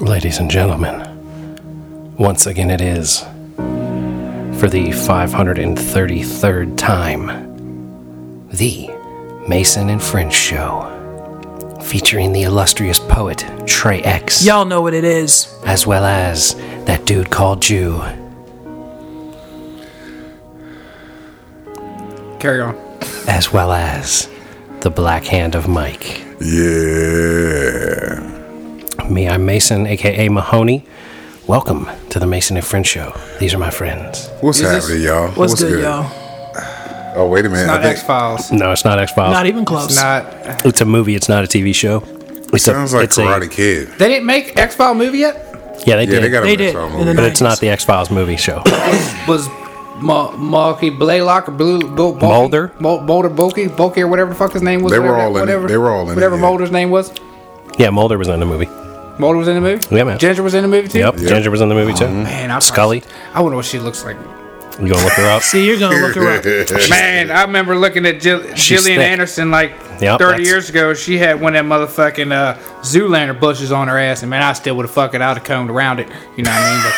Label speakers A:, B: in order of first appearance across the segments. A: Ladies and gentlemen, once again it is, for the 533rd time, the Mason and French Show, featuring the illustrious poet Trey X,
B: Y'all know what it is.
A: as well as that dude called Jew.
C: Carry on.
A: as well as the Black Hand of Mike.
D: Yeah.
A: Me, I'm Mason, aka Mahoney. Welcome to the Mason and Friend Show. These are my friends.
D: What's
C: Is this-
D: happening, y'all?
B: What's, good, y'all?
D: Oh, wait a minute.
C: Not
D: I think
C: X Files.
A: No, it's not X Files.
B: Not even close.
C: Not.
A: it's a movie. It's not a TV show. It's
D: sounds
A: a,
D: like
A: it's
D: Karate
A: A,
D: Kid.
C: They didn't make X File movie yet.
A: yeah, they
D: Yeah,
A: did.
D: they got a
B: They
D: X
B: did.
D: File
B: In the
D: movie.
A: but it's not the X Files movie show.
C: Was Ma- Marky Blaylock or Blue Bo- Bulky?
A: Mulder?
C: Mo- Mulder Bulky, Bulky or whatever the fuck his name was.
D: They were
C: whatever,
D: all in it.
C: whatever,
D: They were all in it,
C: Whatever
D: yeah.
C: Mulder's name was.
A: yeah, Mulder was in the movie.
C: Mulder was in the movie.
A: Yeah, man.
C: Ginger was in the movie too.
A: Yep,
D: Yeah.
A: Ginger was in the movie too.
D: Mm-hmm.
C: Man, I
A: Scully,
C: I wonder what she looks like.
A: you gonna look her up?
B: See, you're gonna look her up.
C: Man, I remember looking at Jill-
A: She's
C: Jillian
A: thick.
C: Anderson like
A: Yep,
C: 30
A: that's-
C: years ago. She had one of them motherfucking uh, Zoolander bushes on her ass, and man, I still would have fucking I'd have combed around it. You know what I mean?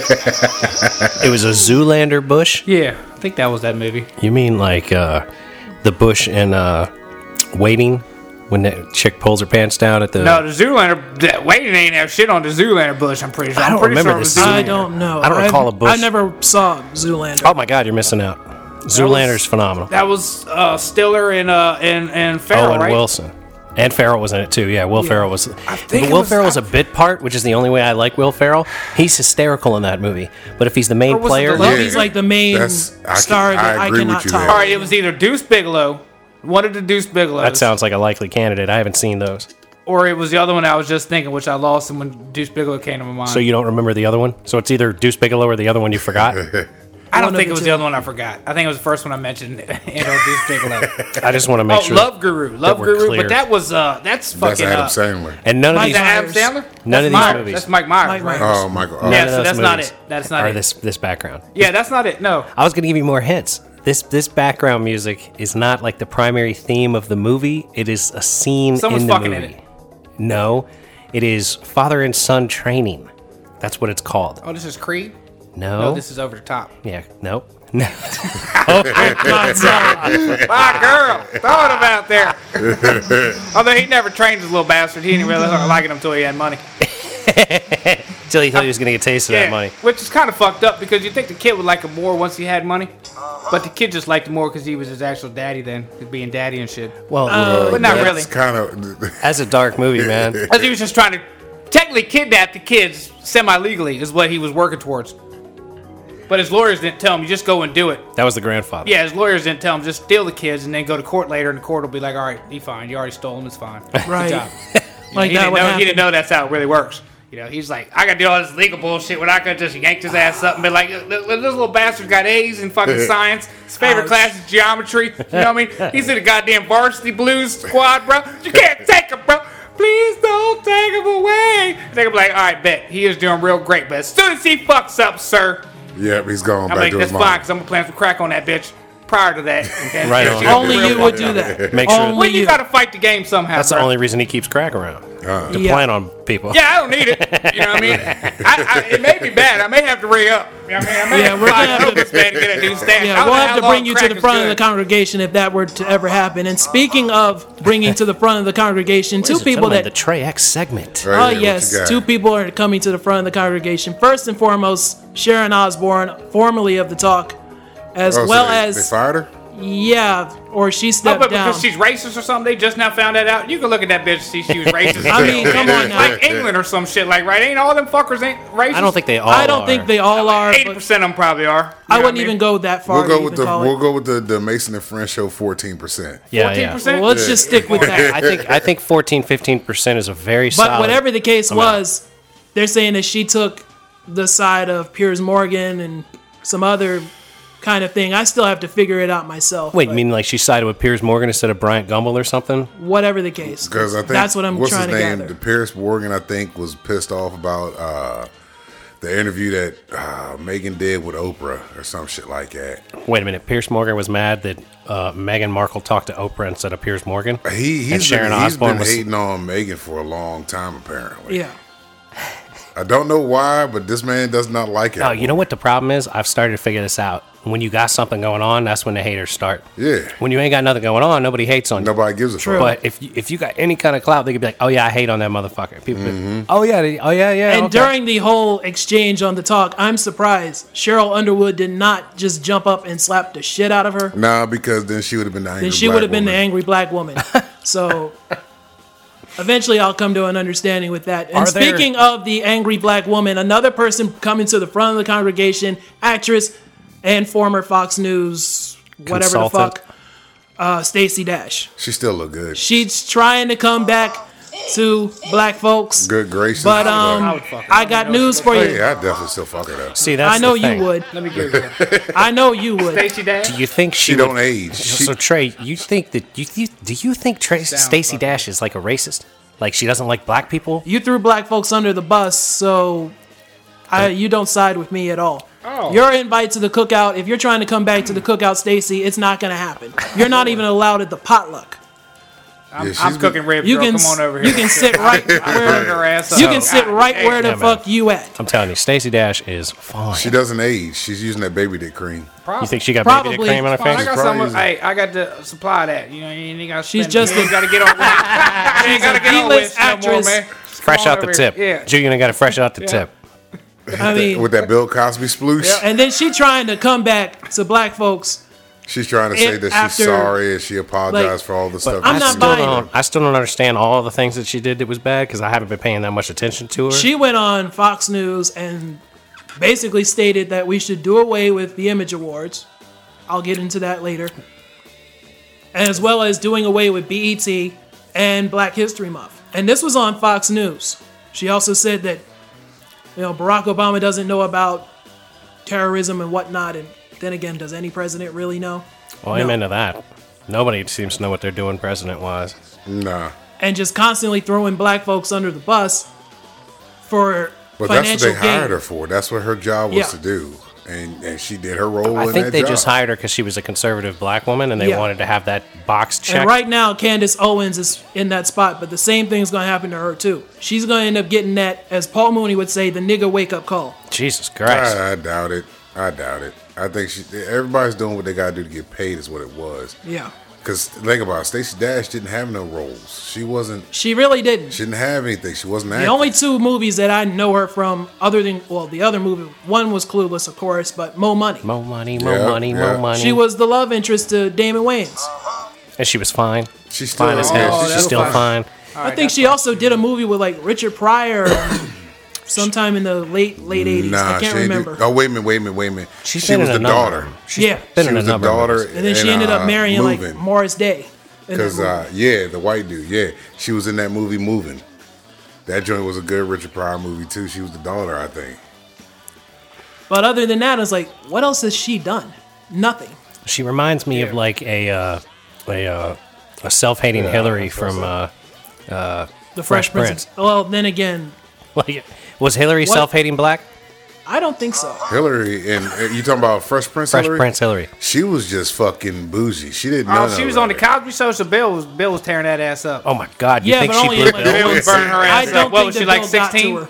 C: But,
A: It was a Zoolander bush.
C: yeah, I think that was that movie.
A: You mean like uh, the bush in uh, waiting when that chick pulls her pants down at the
C: No, the Zoolander. That waiting ain't have shit on the Zoolander bush. I'm pretty sure.
A: I
C: I'm
A: don't
C: pretty
A: remember
C: sure it was
A: the
C: Zoolander.
B: I don't know.
A: I don't recall
B: I've-
A: a bush.
B: I never saw Zoolander.
A: Oh my God, you're missing out. Zoolander's phenomenal.
C: That was uh, Stiller and uh, and and Farrell,
A: Owen
C: right?
A: Oh, Wilson. And Farrell was in it too. Yeah, Will Farrell was.
C: think
A: but
C: it
A: Will Ferrell
C: was-
A: Farrell was a bit part, which is the only way I like Will Farrell. He's hysterical in that movie. But if he's the main
C: Or was it
A: player,
C: the love-
B: Well, he's like the main
D: That's- I can-
B: star that
D: I
B: I
D: agree
B: cannot
D: with you
B: top.
D: there.
C: All right, it was either Deuce Bigelow, one of the Deuce Bigelows,
A: that sounds like a likely candidate. I haven't seen those,
C: or it was the other one I was just thinking, which I lost, and when Deuce Bigelow came to my mind,
A: so you don't remember the other one. So it's either Deuce Bigelow or the other one you forgot.
C: I don't
B: One of
C: think
B: the
C: it was
B: two.
C: the other one I forgot. I think it was the first one I mentioned. you know, Deuce Bigelow.
A: I just want to make
C: oh,
A: sure.
C: Love Guru, Love
A: we're
C: Guru,
A: clear.
C: but that was uh, that's fucking.
D: That's Adam
C: uh,
D: Sandler.
A: and none of
B: Mike
A: these
C: is that Adam Sandler?
A: None
C: That's
A: of these
C: Myers.
A: movies.
C: That's Mike Myers.
B: Mike
C: right?
B: Myers.
D: Oh, Michael. Oh,
C: Yeah,
A: none of
C: so
A: those
C: that's not
A: movies
C: it. That's not
A: are
C: it.
A: This this background.
C: Yeah, that's not it. No.
A: I was going to give you more hints. This this background music is not like the primary theme of the movie. It is a scene
C: Someone's
A: in the
C: fucking in
A: movie. No, it is father and son training. That's what it's called.
C: Oh, this is Creed.
A: No.
C: No, this is over the top.
A: yeah. No. No.
C: My girl, throw it about there. Although he never trained his little bastard, he didn't really start liking him until he had money.
A: Until he thought he was going to get a taste of that money.
C: Which is kind of fucked up because you think the kid would like him more once he had money, but the kid just liked him more because he was his actual daddy then, being daddy and shit.
A: Well,
C: but not really.
D: It's kind of.
A: as a dark movie, man.
C: Because he was just trying to technically kidnap the kids semi legally, is what he was working towards. But his lawyers didn't tell him, you just go and do it.
A: That was the grandfather.
C: Yeah, his lawyers didn't tell him, just steal the kids and then go to court later, and the court will be like, all right, he fine. You already stole them, it's fine. Good
B: Right.
C: job."
B: Like
C: he,
B: that
C: didn't
B: would
C: know,
B: happen.
C: he didn't know that's how it really works. You know, he's like, I gotta do all this legal bullshit when I could just yank his ass up and be like, "Look, look, this little bastard got A's in fucking science. His favorite
B: Ouch.
C: class is geometry. You know what I mean? He's in the goddamn varsity blues squad, bro. You can't take him, bro. Please don't take him away. They could be like, all right, bet. He is doing real great, but as soon as he fucks up, sir,
D: Yep, he's gone
C: I'm
D: back
C: like,
D: to
C: that's
D: his
C: fine,
D: mom.
C: because I'm gonna plan some crack on that bitch prior to that. And
A: Right
C: if
A: on.
C: she-
B: Only you would do that.
A: Make sure-
B: Only
C: Well, you
B: you.
C: gotta fight the game somehow.
A: That's the
C: bro.
A: only reason he keeps crack around to
B: Yeah.
A: plan on people.
C: Yeah, I don't need it. You know what I mean? I, I, it may be bad. I may have to re up. You know what I mean? I may
B: Yeah,
C: have
B: we're
C: to buy
B: gonna have to-
C: Opus Band to get a new stand. I
B: Yeah,
C: don't
B: we'll
C: know
B: have
C: how
B: to
C: long
B: bring you to
C: crack
B: the
C: is
B: front of the
C: good.
B: congregation if that were to ever happen. And speaking of bringing to the front of the congregation, two
A: Ladies and
B: people
A: gentlemen,
B: that
A: the Trey X segment.
D: Right
B: Oh
D: here, what you
B: yes,
D: got?
B: two people are coming to the front of the congregation. First and foremost, Sharon Osborne, formerly of the Talk, as
D: Oh, so
B: well
D: they-
B: as
D: They fired her?
B: yeah, or she
C: Oh,
B: stepped
C: but
B: down.
C: because she's racist or something, they just now found that out. You can look at that bitch and see she was racist.
B: I mean, come on now.
C: Like England or some shit, like right? Ain't all them fuckers ain't racist?
A: I don't think they all.
B: I don't think
A: are.
B: they all are.
C: eighty
B: But
C: percent of them probably are.
B: I wouldn't even go that far. to
D: We'll go with the
B: even call it.
D: we'll go with the, the Mason and Friend show fourteen percent.
A: Yeah,
C: Fourteen
A: yeah.
C: percent.
B: Well, let's just stick with
A: I
B: that.
A: think I think 14, 15 percent is a very solid.
B: But whatever the case
A: I'm out.
B: was, they're saying that she took the side of Piers Morgan and some other kind of thing. I still have to figure it out myself.
A: Wait,
B: but
A: you mean like she sided with Piers Morgan instead of Bryant Gumbel or something?
B: whatever the case.
D: Because I think
B: that's what I'm
D: what's
B: trying
D: his
B: to
D: name?
B: gather.
D: The Pierce Morgan, I think, was pissed off about uh, the interview that uh, Megan did with Oprah or some shit like that.
A: Wait a minute. Pierce Morgan was mad that uh, Meghan Markle talked to Oprah instead of Piers Morgan.
D: He he's
A: Sharon
D: been, he's
A: Osbourne
D: been
A: was-
D: hating on Megan for a long time apparently.
B: Yeah.
D: I don't know why, but this man does not like it.
A: Oh, you know what the problem is? I've started to figure this out. When you got something going on, that's when the haters start.
D: Yeah.
A: When you ain't got nothing going on, nobody hates on you.
D: Nobody gives a fuck.
A: But if you, if you got any kind of clout, they could be like, "Oh yeah, I hate on that motherfucker." People, be
D: Mm-hmm.
A: like, oh yeah, they- oh yeah, yeah.
B: And
A: okay."
B: during the whole exchange on the talk, I'm surprised Cheryl Underwood did not just jump up and slap the shit out of her.
D: Nah, because then she would have been the angry
B: then she
D: black
B: would have been the
D: woman.
B: angry black woman. So eventually I'll come to an understanding with that. And
A: Are there-
B: speaking of the angry black woman, another person coming to the front of the congregation, actress and former Fox News, whatever
A: Consultant.
B: the fuck, uh, Stacey Dash.
D: She still look good.
B: She's trying to come back to black folks.
D: Good gracious.
B: But um,
D: But-
B: I got news for
D: hey,
B: you.
D: I definitely still fuck her up.
A: see, that's
B: I know
A: the thing.
B: you would.
C: Let me get it.
B: I know you would.
C: Stacy Dash.
A: You think she,
D: She
A: would-
D: don't age. She,
A: so Trey, you think that you, you do you think Trey Stacy Dash is like a racist? Like she doesn't like black people?
B: You threw black folks under the bus, so I, you don't side with me at all.
C: Oh.
B: Your invite to the cookout, if you're trying to come back to the cookout, Stacy, it's not going to happen. You're not even allowed at the potluck.
C: I'm,
D: Yeah, she's
C: I'm
D: been-
C: cooking rib.
B: You
C: girl.
B: can
C: come on over here.
B: you can sit right
C: Burn
B: where
C: her ass
B: you
C: up.
B: can sit
C: God
B: right
C: damn.
B: where the
A: Yeah, man.
B: fuck you at.
A: I'm telling you, Stacy Dash is fine.
D: she doesn't age. She's using that baby dick cream.
A: you think she got
B: Probably.
A: baby dick cream on her
C: Well, I
A: face?
D: Probably.
C: got some.
D: Surprising.
A: uh,
C: Hey, I got to supply that. You know, you ain't got.
B: She's just a-
C: You got to get on. with it. You ain't got to get on with
B: D-list
C: it no more,
B: actress.
C: man.
A: Fresh
C: Come on
A: out the
C: over
A: tip.
C: here. Yeah.
A: Julian got it fresh out the tip.
B: I mean,
D: With that Bill Cosby sploosh,
B: and then she trying to come back to black folks.
D: she's trying to say
B: It-
D: that she's
B: after-
D: sorry and she apologized
B: like,
D: for all the stuff.
B: I'm not
D: that she
A: still
D: did.
B: buying it.
A: don't. I still don't understand all the things that she did that was bad because I haven't been paying that much attention to her.
B: She went on Fox News and basically stated that we should do away with the Image Awards. I'll get into that later. As well as doing away with BET and Black History Month. And this was on Fox News. She also said that you know Barack Obama doesn't know about terrorism and whatnot and then again does any president really know?
A: well, I'm
B: no.
A: into that. Nobody seems to know what they're doing president wise.
D: Nah.
B: And just constantly throwing black folks under the bus for
D: But that's what
B: financial
D: they hired
B: gain.
D: her for. That's what her job was
B: Yeah.
D: to do. And and she did her role
A: I
D: in
A: think
D: that
A: they
D: job.
A: just hired her because she was a conservative black woman and they
B: Yeah.
A: wanted to have that box checked.
B: And right now, Candace Owens is in that spot, but the same thing is going to happen to her too. She's going to end up getting that, as Paul Mooney would say, the nigga wake up call.
A: Jesus Christ.
D: I, I doubt it. I doubt it. I think she, everybody's doing what they got to do to get paid is what it was.
B: Yeah,
D: Because think about it, Stacey Dash didn't have no roles. She wasn't.
B: she really didn't.
D: She didn't have anything. She wasn't
B: the
D: acting.
B: only two movies that I know her from, other than well, the other movie, one was Clueless, of course, but Mo Money.
A: Mo money, mo
D: Yeah,
A: money,
D: yeah.
A: mo money.
B: She was the love interest to Damon Wayans.
A: and she was fine.
D: she's still, Oh,
A: Fine as hell.
D: yeah,
A: She's still fine.
B: I think she also did a movie with like Richard Pryor, sometime in the late late eighties.
D: Nah,
B: I can't
D: she ain't do-
B: remember.
D: oh wait a minute, wait a minute, wait a minute.
A: She's
D: she
A: been
D: was
A: in
D: the
A: a number of
D: daughter.
A: them. She's
B: yeah,
A: been
D: She
A: in a
D: was the
A: number of
D: daughter,
A: movies.
B: and then she ended up
D: uh,
B: marrying like
D: Moving.
B: Morris Day. in that
D: Cause
B: movie.
D: uh, yeah, the white dude, yeah, she was in that movie Moving. That joint was a good Richard Pryor movie too. She was the daughter, I think.
B: But other than that, I was like, what else has she done? Nothing.
A: She reminds me of like a uh, a uh, a self-hating Hillary from uh,
B: The Fresh,
A: Fresh
B: Prince. of- Well, then again,
A: like was Hillary
B: What?
A: self-hating black?
B: I don't think so.
D: Hillary and uh, you talking about Fresh Prince?
A: Fresh
D: Hillary?
A: Prince Hillary.
D: She was just fucking bougie. She didn't know.
C: Oh, she was on the Cosby Show. So Bill was Bill was tearing that ass up.
A: Oh my God! You
B: yeah,
A: think
B: but
A: she
B: only
A: blew
B: in like
A: Bill?
C: Bill
B: one
C: was burning
B: scene.
C: her
B: I
C: ass
B: don't
C: up.
B: think
C: What was
B: that
C: she, like,
B: Bill got to
C: 16?
B: her.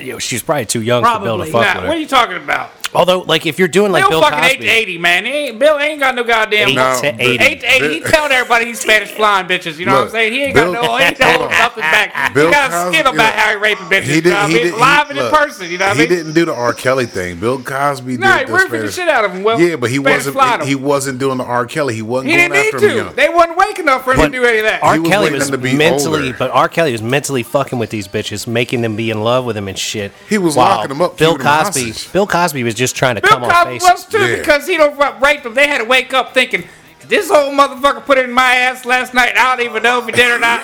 A: Yo, She's probably too young for Bill to
B: Probably.
A: fuck
C: Nah,
A: with
C: what are
A: her.
C: you talking about?
A: Although, like, if you're doing like
C: Bill
A: Bill
C: fucking eight to
A: Cosby,
C: eighty, man. He ain't, Bill ain't got no goddamn.
A: Eight
D: No,
A: to
D: but-
A: eighty.
C: Eight to eighty. He telling everybody he's Spanish flying bitches. You know what I'm
D: Look,
C: saying? He ain't
D: Bill-
C: got no. He ain't got
D: Hold on.
C: nothing back.
D: Bill
C: he got a skin
D: Cosby-
C: about how he raping bitches.
D: He
C: you know what I
D: didn't. He
C: mean?
D: didn't
C: Live and in
D: look,
C: person. You know what I
D: He
C: mean?
D: didn't do the R. Kelly thing. Bill Cosby.
C: No, he
D: did
C: ripped the
D: Spanish-
C: shit out of him. Well,
D: yeah, but he
C: Spanish flied
D: wasn't.
C: him.
D: He, he wasn't doing the R. Kelly. He wasn't
C: He
D: going
C: didn't need
D: after him.
C: to.
D: young.
C: They wasn't wake enough for him to do any of that.
A: R.
D: He was
A: Kelly
D: waiting
A: was
D: to be
A: mentally,
D: older.
A: but R. Kelly was mentally fucking with these bitches, making them be in love with him and shit.
D: He was
A: while
D: locking 'em up,
A: Bill
D: keeping 'em
A: Cosby.
D: hostage.
A: Bill Cosby was just trying to
C: Bill
A: come on
C: Cosby
A: face.
C: was too
D: Yeah.
C: because he don't ra- rape them. They had to wake up thinking this whole motherfucker put it in my ass last night. I don't even know if he did or not.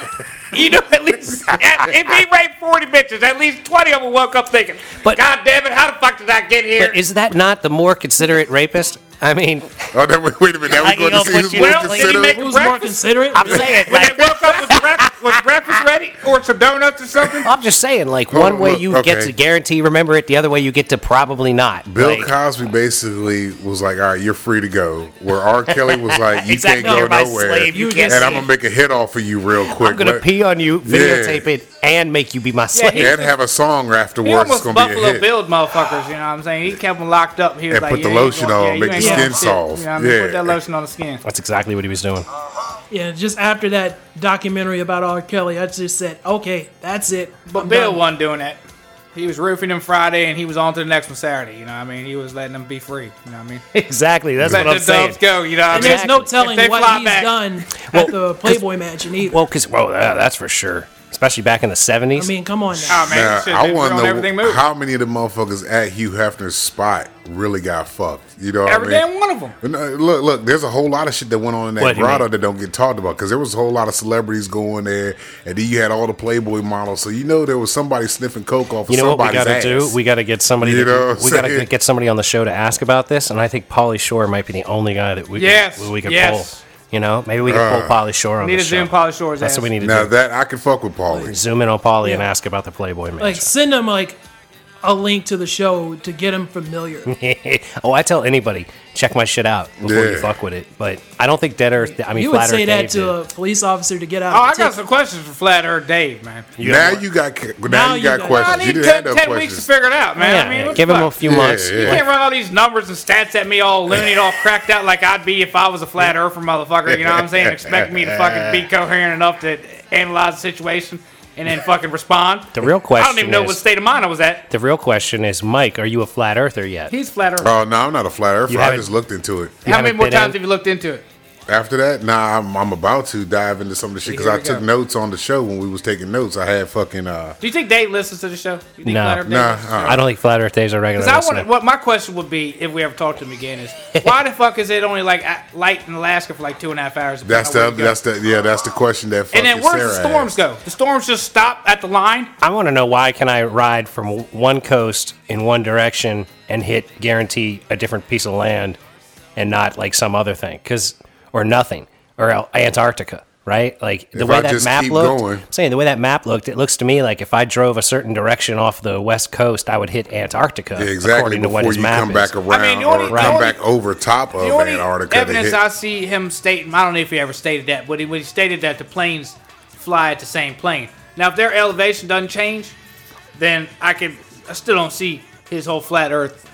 C: You know, at least at- if he raped forty bitches, at least twenty of them woke up thinking,
A: But-
C: "God damn it, how the fuck did I get here?"
A: But is that not the more considerate rapist? I mean,
D: Oh, that, wait, wait a minute. Now
A: Like,
D: we're going
A: you
D: to
A: know,
D: see who's
A: put you
D: more
A: out, like,
C: did he make
D: considerate.
B: Who's more
C: breakfast?
B: considerate?
A: I'm saying,
C: when
A: like,
C: they woke up, was, the breakfast, was breakfast ready or some donuts or something?
A: I'm just saying, like,
D: Hold
A: one
D: on,
A: way
D: Oh, look,
A: you get
D: okay.
A: to guarantee remember it, the other way you get to probably not.
D: Bill
A: Like,
D: Cosby basically was like, "All right, you're free to go." Where R. Kelly was like, "You
A: Exactly,
D: can't
A: you're
D: go
A: my
D: nowhere,"
A: slave, you
D: and
A: can't
D: I'm
A: see
D: gonna make a hit off of you real quick.
A: I'm gonna
D: Let-
A: pee on you,
D: Yeah.
A: videotape it, and make you be be my slave.
D: and have a song
C: He
D: afterwards. It's
C: almost
D: gonna be a
C: Buffalo
D: hit.
C: Billed motherfuckers, you know what I'm saying? He kept them locked up. He was
D: And
C: like,
D: put the
C: yeah, you ain't
D: lotion
C: gonna-
D: on,
C: you
D: make
C: ain't
D: the
C: gonna
D: skin
C: shit,
D: soft.
C: You know what I mean? Put
D: Yeah.
C: that lotion on the skin.
A: That's exactly what he was doing.
B: Yeah, just after that documentary about R. Kelly, I just said, okay, that's it.
C: But
B: I'm
C: Bill
B: done.
C: wasn't doing that. He was roofing them Friday and he was on to the next one Saturday. You know what I mean? He was letting them be free. You know what I mean?
A: Exactly. That's
C: Let
A: what
C: the
A: I'm saying.
C: dogs go. You know what I
B: And
C: mean?
B: there's no
A: Exactly.
B: telling
C: If they
B: what
C: fly
B: he's
C: back-
B: done
A: Well,
B: at the Playboy mansion either.
A: Well, because well, yeah, that's for sure. Especially back in the
B: I
A: seventies.
B: mean, come on now.
C: Oh, man.
D: Now,
C: shit,
D: I
C: they
D: want
C: throwing everything
D: to know
C: moved.
D: how many of the motherfuckers at Hugh Hefner's spot really got fucked. You know what
C: Every
D: I mean?
C: damn one of them.
D: And, uh, Look, look. There's a whole lot of shit that went on in that
A: What do you
D: grotto
A: mean?
D: that don't get talked about because there was a whole lot of celebrities going there, and then you had all the Playboy models. So you know there was somebody sniffing coke off.
A: you know
D: of
A: what we
D: somebody's
A: gotta
D: ass.
A: do? We gotta get somebody.
D: You
A: to-
D: know what I'm
A: we gotta
D: saying?
A: get somebody on the show to ask about this, and I think Polly Shore might be the only guy that we
C: Yes,
A: we, could
C: yes.
A: pull. You know, maybe we could pull Polly Shore on
C: Need
A: the
C: to
A: show.
C: zoom Polly Shore's
A: That's
C: ass.
A: what we need to
D: Uh, now
A: do.
D: that I can fuck with Paulie.
A: Zoom in on Polly and ask about the Playboy
B: Like,
A: Mansion.
B: send him like a link to the show to get him familiar.
A: oh, I tell anybody, check my shit out before you
D: Yeah.
A: fuck with it. But I don't think Dead Earth. I mean,
B: you would
A: Flat
B: say
A: Earth
B: that
A: Dave
B: to
A: did.
B: a police officer to get out.
C: Oh,
B: of the
C: I got
B: ticket.
C: some questions for Flat Earth Dave, man.
D: now you got ca- now, you got
C: I
D: questions. You
C: need
D: didn't
C: ten,
D: have no
C: ten weeks to
D: questions.
C: figure it out, man.
A: Yeah,
C: I mean,
A: yeah,
C: what the
A: give him
C: fuck?
A: a few
D: Yeah,
A: months.
D: yeah.
C: You can't run all these numbers and stats at me all loony, and all cracked out like I'd be if I was a flat earther motherfucker. You know what I'm saying? Expect me to fucking be coherent enough to analyze the situation and then fucking respond.
A: The real
C: I
A: question
C: don't even know what
A: is-
C: state of mind I was at.
A: The real question is, Mike, are you a flat earther yet?
C: He's flat earther.
D: Oh no, I'm not a flat earther.
A: You
D: I
A: haven't-
D: just looked into it.
A: You
C: How many
A: haven't
C: more
A: been
C: times
A: in?
C: have you looked into it?
D: After that, nah, I'm, I'm about to dive into some of the shit because
C: Here
D: I
C: we
D: took
C: go.
D: notes on the show when we was taking notes. I had fucking uh,
C: Do you think Dave listens to the show? Do you think
A: No.
C: Flat Earth Dave
D: Nah,
C: listens to the
D: uh-uh.
C: show?
A: I don't think flat earth days are regular.
C: Because I
A: listener.
C: want what my question would be if we ever talk to him again is why the fuck is it only like a- light in Alaska for like two and a half hours?
D: That's
C: Where
D: the
C: we go?
D: that's the yeah that's the question that
C: and
D: fucking
C: then where does the
D: Sarah
C: storms
D: asked.
C: go? The storms just stop at the line.
A: I want to know why can I ride from one coast in one direction and hit guarantee a different piece of land and not like some other thing cuz or nothing or Al- Antarctica, right? Like the
D: If
A: way
D: I
A: that
D: just
A: map
D: keep
A: looked.
D: going.
A: I'm saying the way that map looked, it looks to me like if I drove a certain direction off the west coast, I would hit Antarctica
D: Yeah, exactly
A: according to what
D: before
A: his
D: you
A: map
D: come
A: is.
D: back around
C: I mean, the only-
D: or
C: the
D: come
C: only-
D: back over top of
C: The only
D: Antarctica. to
C: evidence
D: hit-
C: I see him stating, I don't know if he ever stated that, but he, but he stated that the planes fly at the same plane. Now, if their elevation doesn't change, then I can, I still don't see his whole flat Earth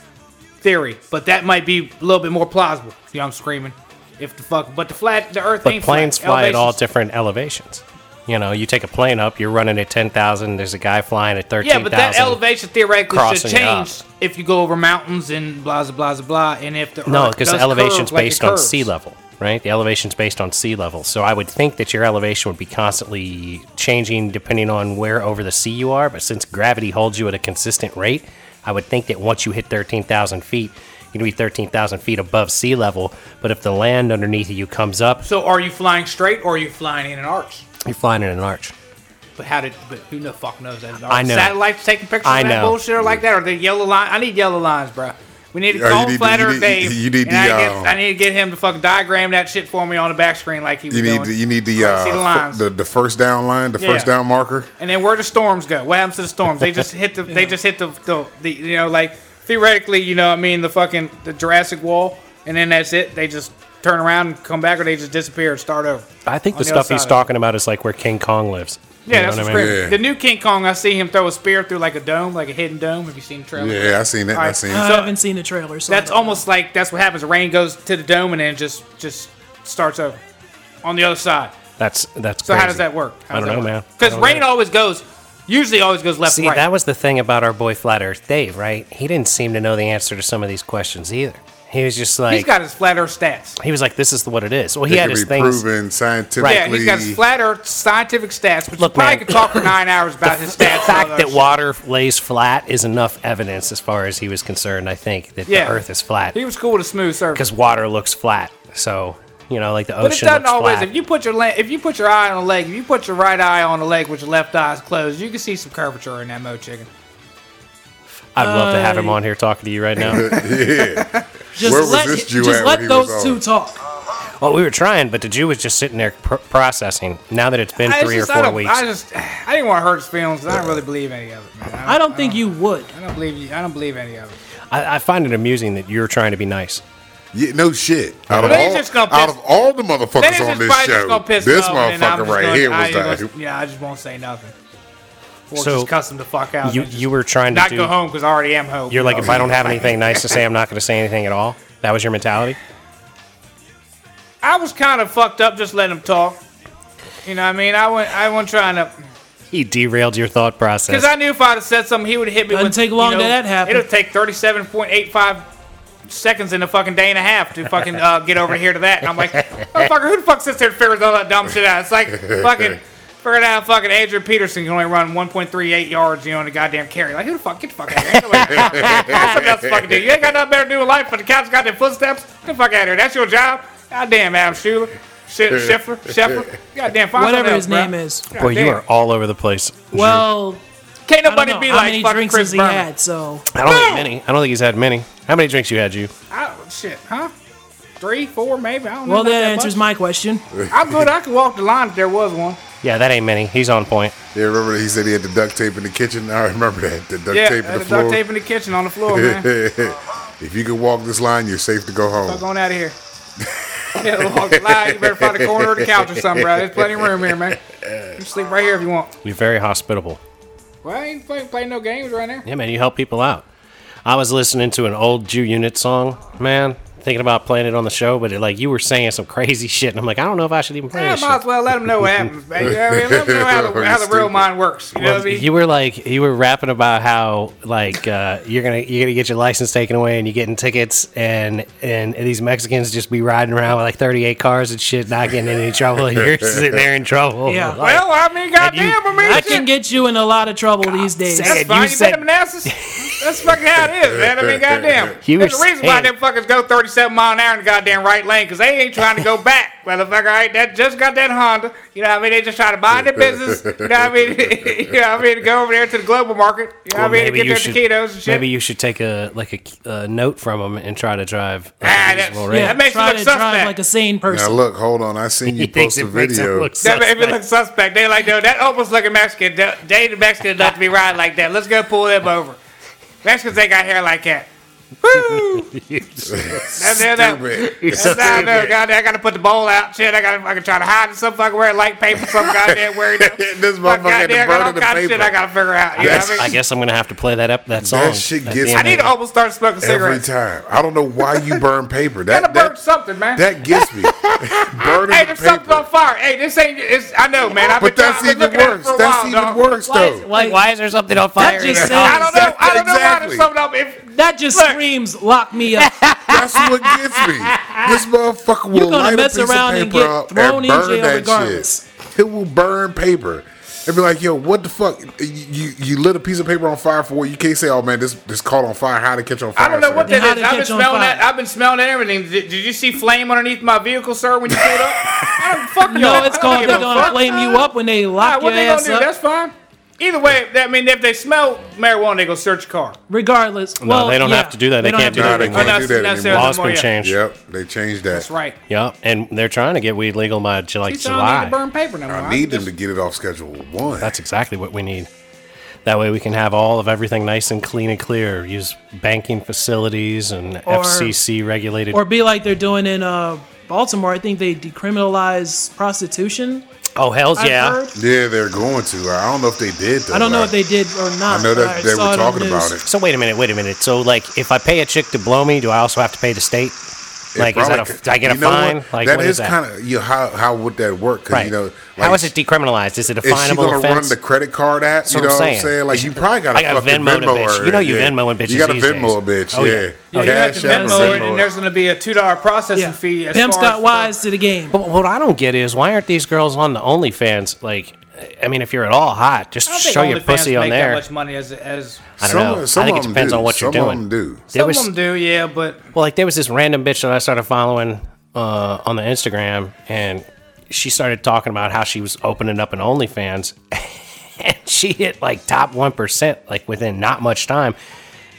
C: theory, but that might be a little bit more plausible. You know, I'm screaming. If the fuck, but the flat, the Earth
A: But
C: ain't
A: planes
C: flat.
A: fly at all
C: Elevation's-
A: different elevations. You know, you take a plane up, you're running at 10,000, there's a guy flying at 13,000.
C: Yeah, but that elevation theoretically should
A: crossing it up.
C: change if you go over mountains and blah blah blah blah. blah, And if the
A: No,
C: Earth
A: because the
C: does
A: elevation's
C: curve like it
A: based on
C: curves.
A: sea level, right? The elevation's based on sea level. So I would think that your elevation would be constantly changing depending on where over the sea you are. But since gravity holds you at a consistent rate, I would think that once you hit 13,000 feet, you're going to be 13,000 feet above sea level. But if the land underneath you comes up,
C: So, are you flying straight or are you flying in an arch?
A: you're flying in an arch.
C: But how did? But who the fuck knows that?
A: I know.
C: Satellites taking pictures
A: I
C: of that
A: know.
C: bullshit or like that, or the yellow line. I need yellow lines, bro. We need to
D: Oh, you
C: call
D: need-
C: Flat
D: you
C: Earth
D: need-
C: Dave.
D: you need
C: and
D: the,
C: I, get-
D: uh,
C: I need to get him to fucking diagram that shit for me on the back screen like he was
D: you
C: doing.
D: need the, you need the
C: I see the
D: uh,
C: lines.
D: the, the first down line, the
C: Yeah.
D: first down marker.
C: and then where the storms go? What happens to the storms? They just hit the. They just hit the, the. The you know like theoretically, you know, what I mean the fucking the Jurassic wall, and then that's it. They just turn around and come back, or they just disappear and start over.
A: I think
C: On
A: the
C: the other
A: stuff he's
C: side of it.
A: talking about is like where King Kong lives. You
C: Yeah,
A: know
C: that's
A: what
C: what's
A: I mean?
C: crazy.
D: Yeah.
C: The new King Kong, I see him throw a spear through like a dome, like a hidden dome. Have you seen the trailer?
D: Yeah, I seen that. I
C: Alright.
D: seen.
B: I
D: it.
C: So-
B: haven't seen the trailer. So I
C: That's
B: don't know.
C: almost like that's what happens. The rain goes to the dome and then it just just starts over on the other side.
A: That's, that's
C: So how does
A: crazy.
C: that work?
A: I don't know, man. I
C: Because
A: don't
C: rain
A: know.
C: always goes, usually always goes left
A: See,
C: and right.
A: that was the thing about our boy Flat Earth Dave, right? He didn't seem to know the answer to some of these questions either. He was just like,
C: he's got his flat Earth stats.
A: he was like, this is what it is. Well, he
D: It
A: had
D: can
A: his
D: be
A: things.
D: proven
C: Yeah, he's
D: scientifically.
C: got his flat Earth scientific stats. Which
A: Look,
C: Look, probably
A: man.
C: could talk for nine hours about his
A: The
C: stats.
A: fact that
C: why
A: water lays flat is enough evidence, as far as he was concerned. I think that
C: Yeah.
A: the Earth is flat
C: he was cool with a smooth surface.
A: because water looks flat. So you know, like the
C: But it
A: ocean
C: doesn't
A: looks
C: always.
A: flat.
C: If you put your la- if you put your eye on a leg, if you put your right eye on a leg with your left eyes closed, you can see some curvature in that mo chicken.
A: I'd love to have him on here talking to you right now.
D: yeah,
B: just
D: Where was
B: let,
D: this Jew
B: just
D: at
B: let
D: when he was
B: those
D: on?
B: two talk.
A: well, we were trying, but the Jew was just sitting there pr- processing. Now that it's been
C: I
A: three
C: just-
A: or
C: I
A: four
C: don't-
A: weeks,
C: I just I didn't want to hurt his feelings. 'cause I don't really believe any of it. Man.
B: I don't think you would.
C: I don't believe you. I don't believe any of it.
A: I, I find it amusing that you're trying to be nice.
D: yeah, no shit. Out of,
C: They
D: all,
C: just gonna
D: out
C: piss-
D: of all the
C: Then
D: motherfuckers
C: it's
D: on
C: just
D: this
C: probably just
D: show,
C: gonna piss me
D: this
C: off, and then I'm
D: motherfucker
C: just
D: right
C: gonna-
D: here
C: I
D: was
C: ain't
D: like,
C: gonna- Yeah, I just won't say nothing. Force
A: So,
C: so cuss him the fuck out.
A: You
C: and just
A: you were trying to
C: not
A: do,
C: go home because I already am home.
A: You're like, if I don't have anything nice to say, I'm not going to say anything at all. That was your mentality.
C: I was kind of fucked up just letting him talk. You know what I mean? I went, I wasn't trying to.
A: He derailed your thought process.
C: Because I knew if I'd have said something, he would have hit me.
B: Doesn't
C: with,
B: take
C: you
B: long
C: know,
B: to that happen.
C: It'll take thirty-seven point eight five seconds in a fucking day and a half to fucking uh, get over here to that. And I'm like, motherfucker, who the fuck sits there and figures all that dumb shit out? It's like fucking figuring out fucking Adrian Peterson can only run one point three eight yards, you know, in a goddamn carry. Like, who the fuck get the fuck out of here? Ain't nobody- That's what that's fucking do. You ain't got nothing better to do in life but the couch goddamn footsteps. Get the fuck out of here. That's your job. Goddamn, Adam Schuler. Shit, Scheffler, Scheffler, goddamn, find
B: Whatever
C: something
B: his
C: else, bruh.
B: name is.
A: Boy, you
C: Goddamn.
A: are all over the place.
B: Well,
C: Can't
B: I don't
C: nobody
B: know
C: be
B: how
C: like
B: many
C: fucking
B: drinks
C: Chris
B: has he
C: Berman.
B: had, so
A: I don't think many. I don't think he's had many. How many drinks you had, you?
C: Oh shit, huh? Three, four, maybe. I don't know.
B: well
C: about
B: that answers
C: much.
B: my question.
C: I'm good. I could walk the line if there was one.
A: Yeah, that ain't many. He's on point.
D: Yeah, remember he said he had the duct tape in the kitchen. I remember that the duct
C: Yeah,
D: tape in
C: uh,
D: the
C: the
D: floor.
C: duct tape in the kitchen on the floor, man.
D: if you could walk this line, you're safe to go
C: Fuck
D: home.
C: on out of here. yeah, walk the line. You better find a corner of the couch or something, bro. There's plenty of room here, man. You can sleep right here if you want.
A: You're very hospitable.
C: Well, I ain't playing, playing no games right now.
A: Yeah, man, you help people out. I was listening to an old Jew Unit song, man. Thinking about playing it on the show, but it, like you were saying some crazy shit, and I'm like, I don't know if I should even play
C: Yeah,
A: this.
C: might
A: Shit.
C: as well let them know what happens, baby. Yeah, I mean, let them know how the, how the real mind works. You know what I mean?
A: You were like, you were rapping about how like uh, you're gonna you're gonna get your license taken away, and you're getting tickets, and and these Mexicans just be riding around with like 38 cars and shit, not getting in any trouble. and You're sitting there in trouble.
B: Yeah.
A: Like,
C: Well, I mean, goddamn, I mean,
B: I
C: shit.
B: can get you in a lot of trouble these days.
A: sake.
C: That's
A: And
C: fine.
A: you
C: You,
A: said-
C: said Manassas. That's fucking how it is, man. I mean, goddamn.
A: You
C: There's
A: were
C: a reason why them
A: saying-
C: fuckers go 37 mile an hour in the goddamn right lane because they ain't trying to go back, motherfucker. All right, that just got that Honda. You know what I mean? They just trying to buy their business. You know what I mean? you know what I mean? To go over there to the global market. You know
A: Well,
C: what I mean? To
A: maybe
C: get
A: you
C: their
A: should
C: taquitos and shit.
A: maybe you should take a like a, a note from them and try to drive. a
C: Ah, that's-
A: reasonable
B: yeah,
A: rate.
C: that makes you
B: try
C: look
B: to drive
C: suspect.
B: like a sane
D: Now
B: person.
D: look, hold on. I seen you
A: He thinks
D: post a
A: it makes him
D: video.
A: look
C: That made me
A: suspect.
C: look suspect. They like, no, that homeless looking Mexican, they- they the Mexicans not to be riding like that. Let's go pull them over. Mexicans ain't got hair like that. Woo! That's it, that-
D: Stupid.
C: That's how I know. Goddamn, I gotta put the bowl out. Shit, I gotta fucking try to hide it. Some fucking wear light paper. Some goddamn wearing
D: This motherfucker had to burn the
C: Shit,
D: paper.
C: I gotta figure out. You know
D: That's-
C: what I
A: I
C: mean?
A: guess I'm gonna have to play that up. That song.
D: shit
A: at
D: gets
A: the
C: I
A: end
D: me.
A: of
C: need to almost start smoking
D: Every
C: cigarettes.
D: time. I don't know why you burn paper.
C: Gotta
D: That
C: burn
D: that,
C: something, man.
D: that gets me. Burning
C: Hey,
D: the
C: there's something on
D: paper.
C: fire. Hey, this ain't. It's, I know, man. I've
D: But
C: been,
D: that's
C: I've been
D: even
C: looking at it
D: worse.
C: for a
D: That's
C: while,
D: even
C: dog.
D: worse
B: Why is-
D: though.
B: why-
A: Like, why is there something on
B: that
A: fire?
B: just
A: here?
B: sounds
C: I don't know. I don't know why
D: Exactly.
C: there's something up. If
B: that just
C: Look.
B: screams lock me up.
D: That's what gets me. This motherfucker
B: You're
D: will
B: gonna
D: light
B: mess
D: a piece
B: around
D: of
B: and
D: paper
B: get
D: up
B: thrown
D: and
B: in
D: burn
B: jail
D: that
B: regardless.
D: shit. It will burn paper. And be like, yo, what the fuck? You, you you lit a piece of paper on fire for what? You can't say, oh man, this this caught on fire. How to catch on fire?
C: I don't know
D: sir.
C: what
B: Then how
C: that is.
B: did it
C: I've been
B: catch on
C: smelling
B: fire?
C: that. I've been smelling everything. Did, did you see flame underneath my vehicle, sir, when you pulled up? I don't fuck
B: No,
C: y'all.
B: it's
C: I don't
B: called
C: give a
B: they're gonna
C: fuck.
B: flame you up when they
C: All
B: lock
C: right, what
B: your
C: they gonna
B: ass
C: do?
B: up.
C: That's fine. Either way, I mean, if they smell marijuana, they go search your car.
B: Regardless, well,
A: they don't
B: yeah,
A: have to do that. They
B: don't
A: can't do
B: have to
D: Nah,
A: that
D: they
A: anymore.
D: can't do
C: Not
D: that
C: necessarily.
D: anymore.
A: Laws been
C: Yeah.
A: changed.
D: Yep, they changed that.
C: That's right.
A: Yep, and they're trying to get weed legal by Ju- like
C: He's I
A: July.
C: need to burn paper no more.
D: I need them
C: just-
D: to get it off schedule one.
A: That's exactly what we need. That way we can have all of everything nice and clean and clear. Use banking facilities and FCC regulated.
B: Or be like they're doing in uh, Baltimore. I think they decriminalize prostitution.
A: oh hell's
B: I've
A: yeah!
B: heard.
D: yeah, they're going to. I don't know if they did. Though.
B: I don't know if
D: Like,
B: they did or not.
D: I know
B: but
D: that they
B: saw
D: were
B: it on
D: talking
B: the
D: about
B: news.
D: it.
A: So wait a minute, wait a minute. So like, if I pay a chick to blow me, do I also have to pay the state?
D: It
A: Like, is that
D: probably
A: a,
D: could-
A: do I get a
D: you know
A: fine?
D: what?
A: Like,
D: that
A: what
D: is
A: is that?
D: kind of you. know, How how would that work? 'Cause,
A: right.
D: You know,
A: How
D: like,
A: is it decriminalized? Is it a
D: Is she
A: finable
D: gonna run
A: offense?
D: the credit card app? You
A: what
D: know
A: I'm
D: what I'm
A: saying.
D: saying? Like you probably got
A: I
D: to
A: gotta
D: fucking
A: Venmo
D: Venmo,
A: to bitch.
D: her.
A: You know you
D: yeah.
A: Venmoing bitches
D: You got to
A: these
D: Venmo
A: days.
D: a bitch.
A: Oh, yeah.
D: yeah.
C: Yeah, you have to
D: app or
C: Venmo it,
D: Venmo
C: and there's going to be a two dollar processing
B: Yeah.
C: fee. as
B: Pimp's
C: far as
B: got
C: the-
B: wise to the game.
A: But what I don't get is why aren't these girls on the OnlyFans? Like, I mean, if you're at all hot, just
C: I don't think
A: show your
C: OnlyFans
A: pussy on
C: make
A: there.
C: That much money as as
A: I don't
D: Some-
A: know.
D: some
A: I think
D: of
A: it
D: 'em
A: depends
D: do.
A: on what you're
D: Some of
A: doing.
D: 'em do.
A: There
C: some
A: was
C: of them do. Yeah, but
A: well, like there was this random bitch that I started following uh, on the Instagram, and she started talking about how she was opening up an OnlyFans, and she hit like top one percent like within not much time.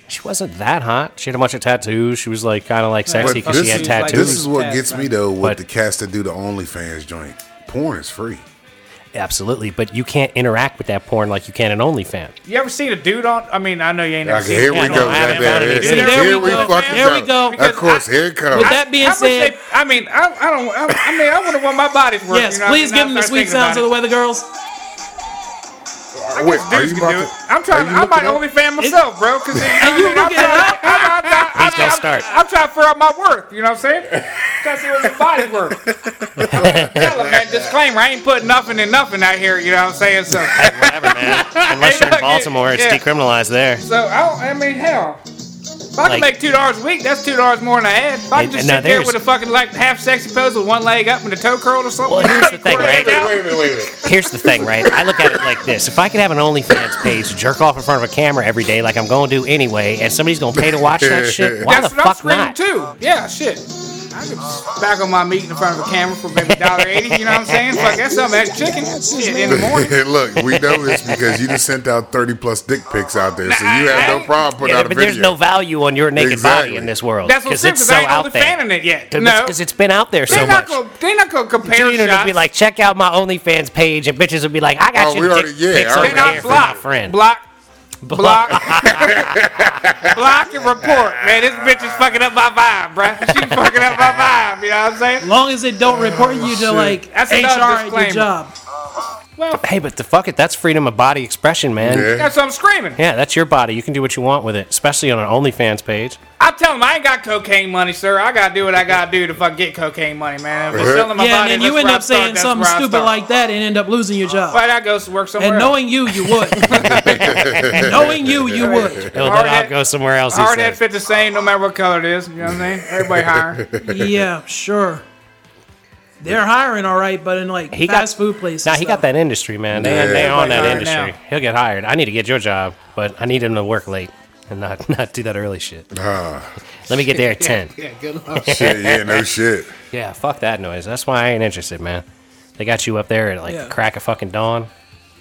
A: She wasn't that hot. She had a bunch of tattoos. She was like kind of like sexy
D: But
A: because she
D: this,
A: had
D: is,
C: like-
A: tattoos.
D: this is what gets me though with
A: But-
D: the cats that do the OnlyFans joint. Porn is free.
A: Absolutely, but you can't interact with that porn like you can an OnlyFans.
C: you ever seen a dude on? I mean, I know you ain't never
D: Okay,
C: seen.
D: here
A: yeah,
D: we
A: no,
D: go.
A: I haven't found
D: goddamn.
A: it.
D: Here,
B: There we
D: we
B: go.
D: fucking
B: There we
D: go.
B: go.
D: Of course, here it comes.
B: With that being
C: How much
B: said-
C: they- I mean, I, I don't. I, I mean, I wonder what my body's worth.
B: Yes,
C: you know what I
B: please
C: mean?
B: give them the
C: Now I start
B: sweet
C: thinking about
B: sounds of the
C: it.
B: weather, girls.
C: I guess
D: Wait, are
C: dudes
D: you
C: can
D: about
C: do it.
D: to-
C: I'm trying. To,
D: are you
C: I'm not
D: looking
C: only fan myself, bro. Because
B: And you look at it up.
C: I'm,
A: gonna
C: I'm-
A: start.
C: I'm trying to figure out my worth. You know what I'm saying? Trying to see what his body's worth. Tell him, man. Disclaimer: I ain't putting nothing in nothing out here. You know what I'm saying? So,
A: Whatever, man. Unless you're in Baltimore, it's
C: Yeah.
A: decriminalized there.
C: so I, don't, I mean, hell. If I can
A: Like-
C: make two dollars a week, that's two dollars more than I had. If I
A: And-
C: can just
A: and now
C: sit there
A: there's-
C: with a fucking like half sexy pose with one leg up and a toe curled or something.
A: Well, here's the thing, right?
D: Wait, wait a minute, wait a minute.
A: Here's the thing, right? I look at it like this: if I could have an OnlyFans page, jerk off in front of a camera every day, like I'm going to do anyway, and somebody's going to pay to watch that shit, why
C: That's
A: the
C: what I'm
A: fuck
C: screaming
A: not?
C: too. Yeah, shit. I could just back on my meat in front of a camera for maybe dollar eighty. You know what I'm saying? Fuck, that's some that chicken shit in the morning.
D: Look, we know this because you just sent out 30 plus dick pics out there, so you have no problem putting
A: Yeah,
D: out a
A: but there's
D: video.
A: no value on your naked
D: Exactly.
A: body in this world
C: That's what
A: because
C: I'm
A: it's
C: because
A: so
C: I ain't
A: out
C: only
A: there.
C: fanning it yet.
A: Dude,
C: No,
A: it's- it's been out there
C: they're
A: so much.
C: not gonna they're not gonna compare
A: Junior would
C: shots.
A: be like, check out my OnlyFans page, and bitches would be like, I got
D: Oh,
A: your
D: we
A: dick
D: already- yeah,
A: pics
D: I
A: over
C: they're
A: here
D: already-
C: not
A: for my
C: block,
A: friend.
C: block, block, block and report. Man, this bitch is fucking up my vibe, bruh. She's fucking up my vibe. You know what I'm saying?
B: long as it
D: Oh,
B: don't report you to like
C: That's another
B: HR at your
C: disclaimer.
B: job.
A: Hey, but the fuck it, that's freedom of body expression, man.
D: Yeah.
C: That's what I'm screaming.
A: Yeah, that's your body. You can do what you want with it, especially on an OnlyFans page.
C: I tell him I ain't got cocaine money, sir. I gotta do what I gotta do to fuck get cocaine money, man. If it's selling my
B: yeah,
C: body,
B: and then you
C: that's
B: end
C: where I
B: up
C: start,
B: saying
C: that's
B: something
C: where I
B: stupid
C: start.
B: like that and end up losing your job.
C: But I go work somewhere.
B: And
C: else.
B: knowing you, you would. and knowing you, you would.
A: Oh,
C: Hard
A: then I'll
C: hat-
A: go somewhere else. He
C: hard hat
A: said.
C: fit the same no matter what color it is. You know what I'm saying? Everybody hiring.
B: Yeah, sure. They're hiring, all right, but in like
A: He got-
B: fast food places.
A: Nah, he got that industry, man. They, they
D: Yeah.
A: on that
C: Everybody's hired
A: industry. He'll get hired. I need to get your job, but I need him to work late and not, not do that early shit.
D: Ah,
A: Let me get there at 10.
B: Yeah, good luck.
D: shit, yeah, no shit.
A: Yeah, fuck that noise. That's why I ain't interested, man. They got you up there at like
B: Yeah.
A: the crack of fucking dawn.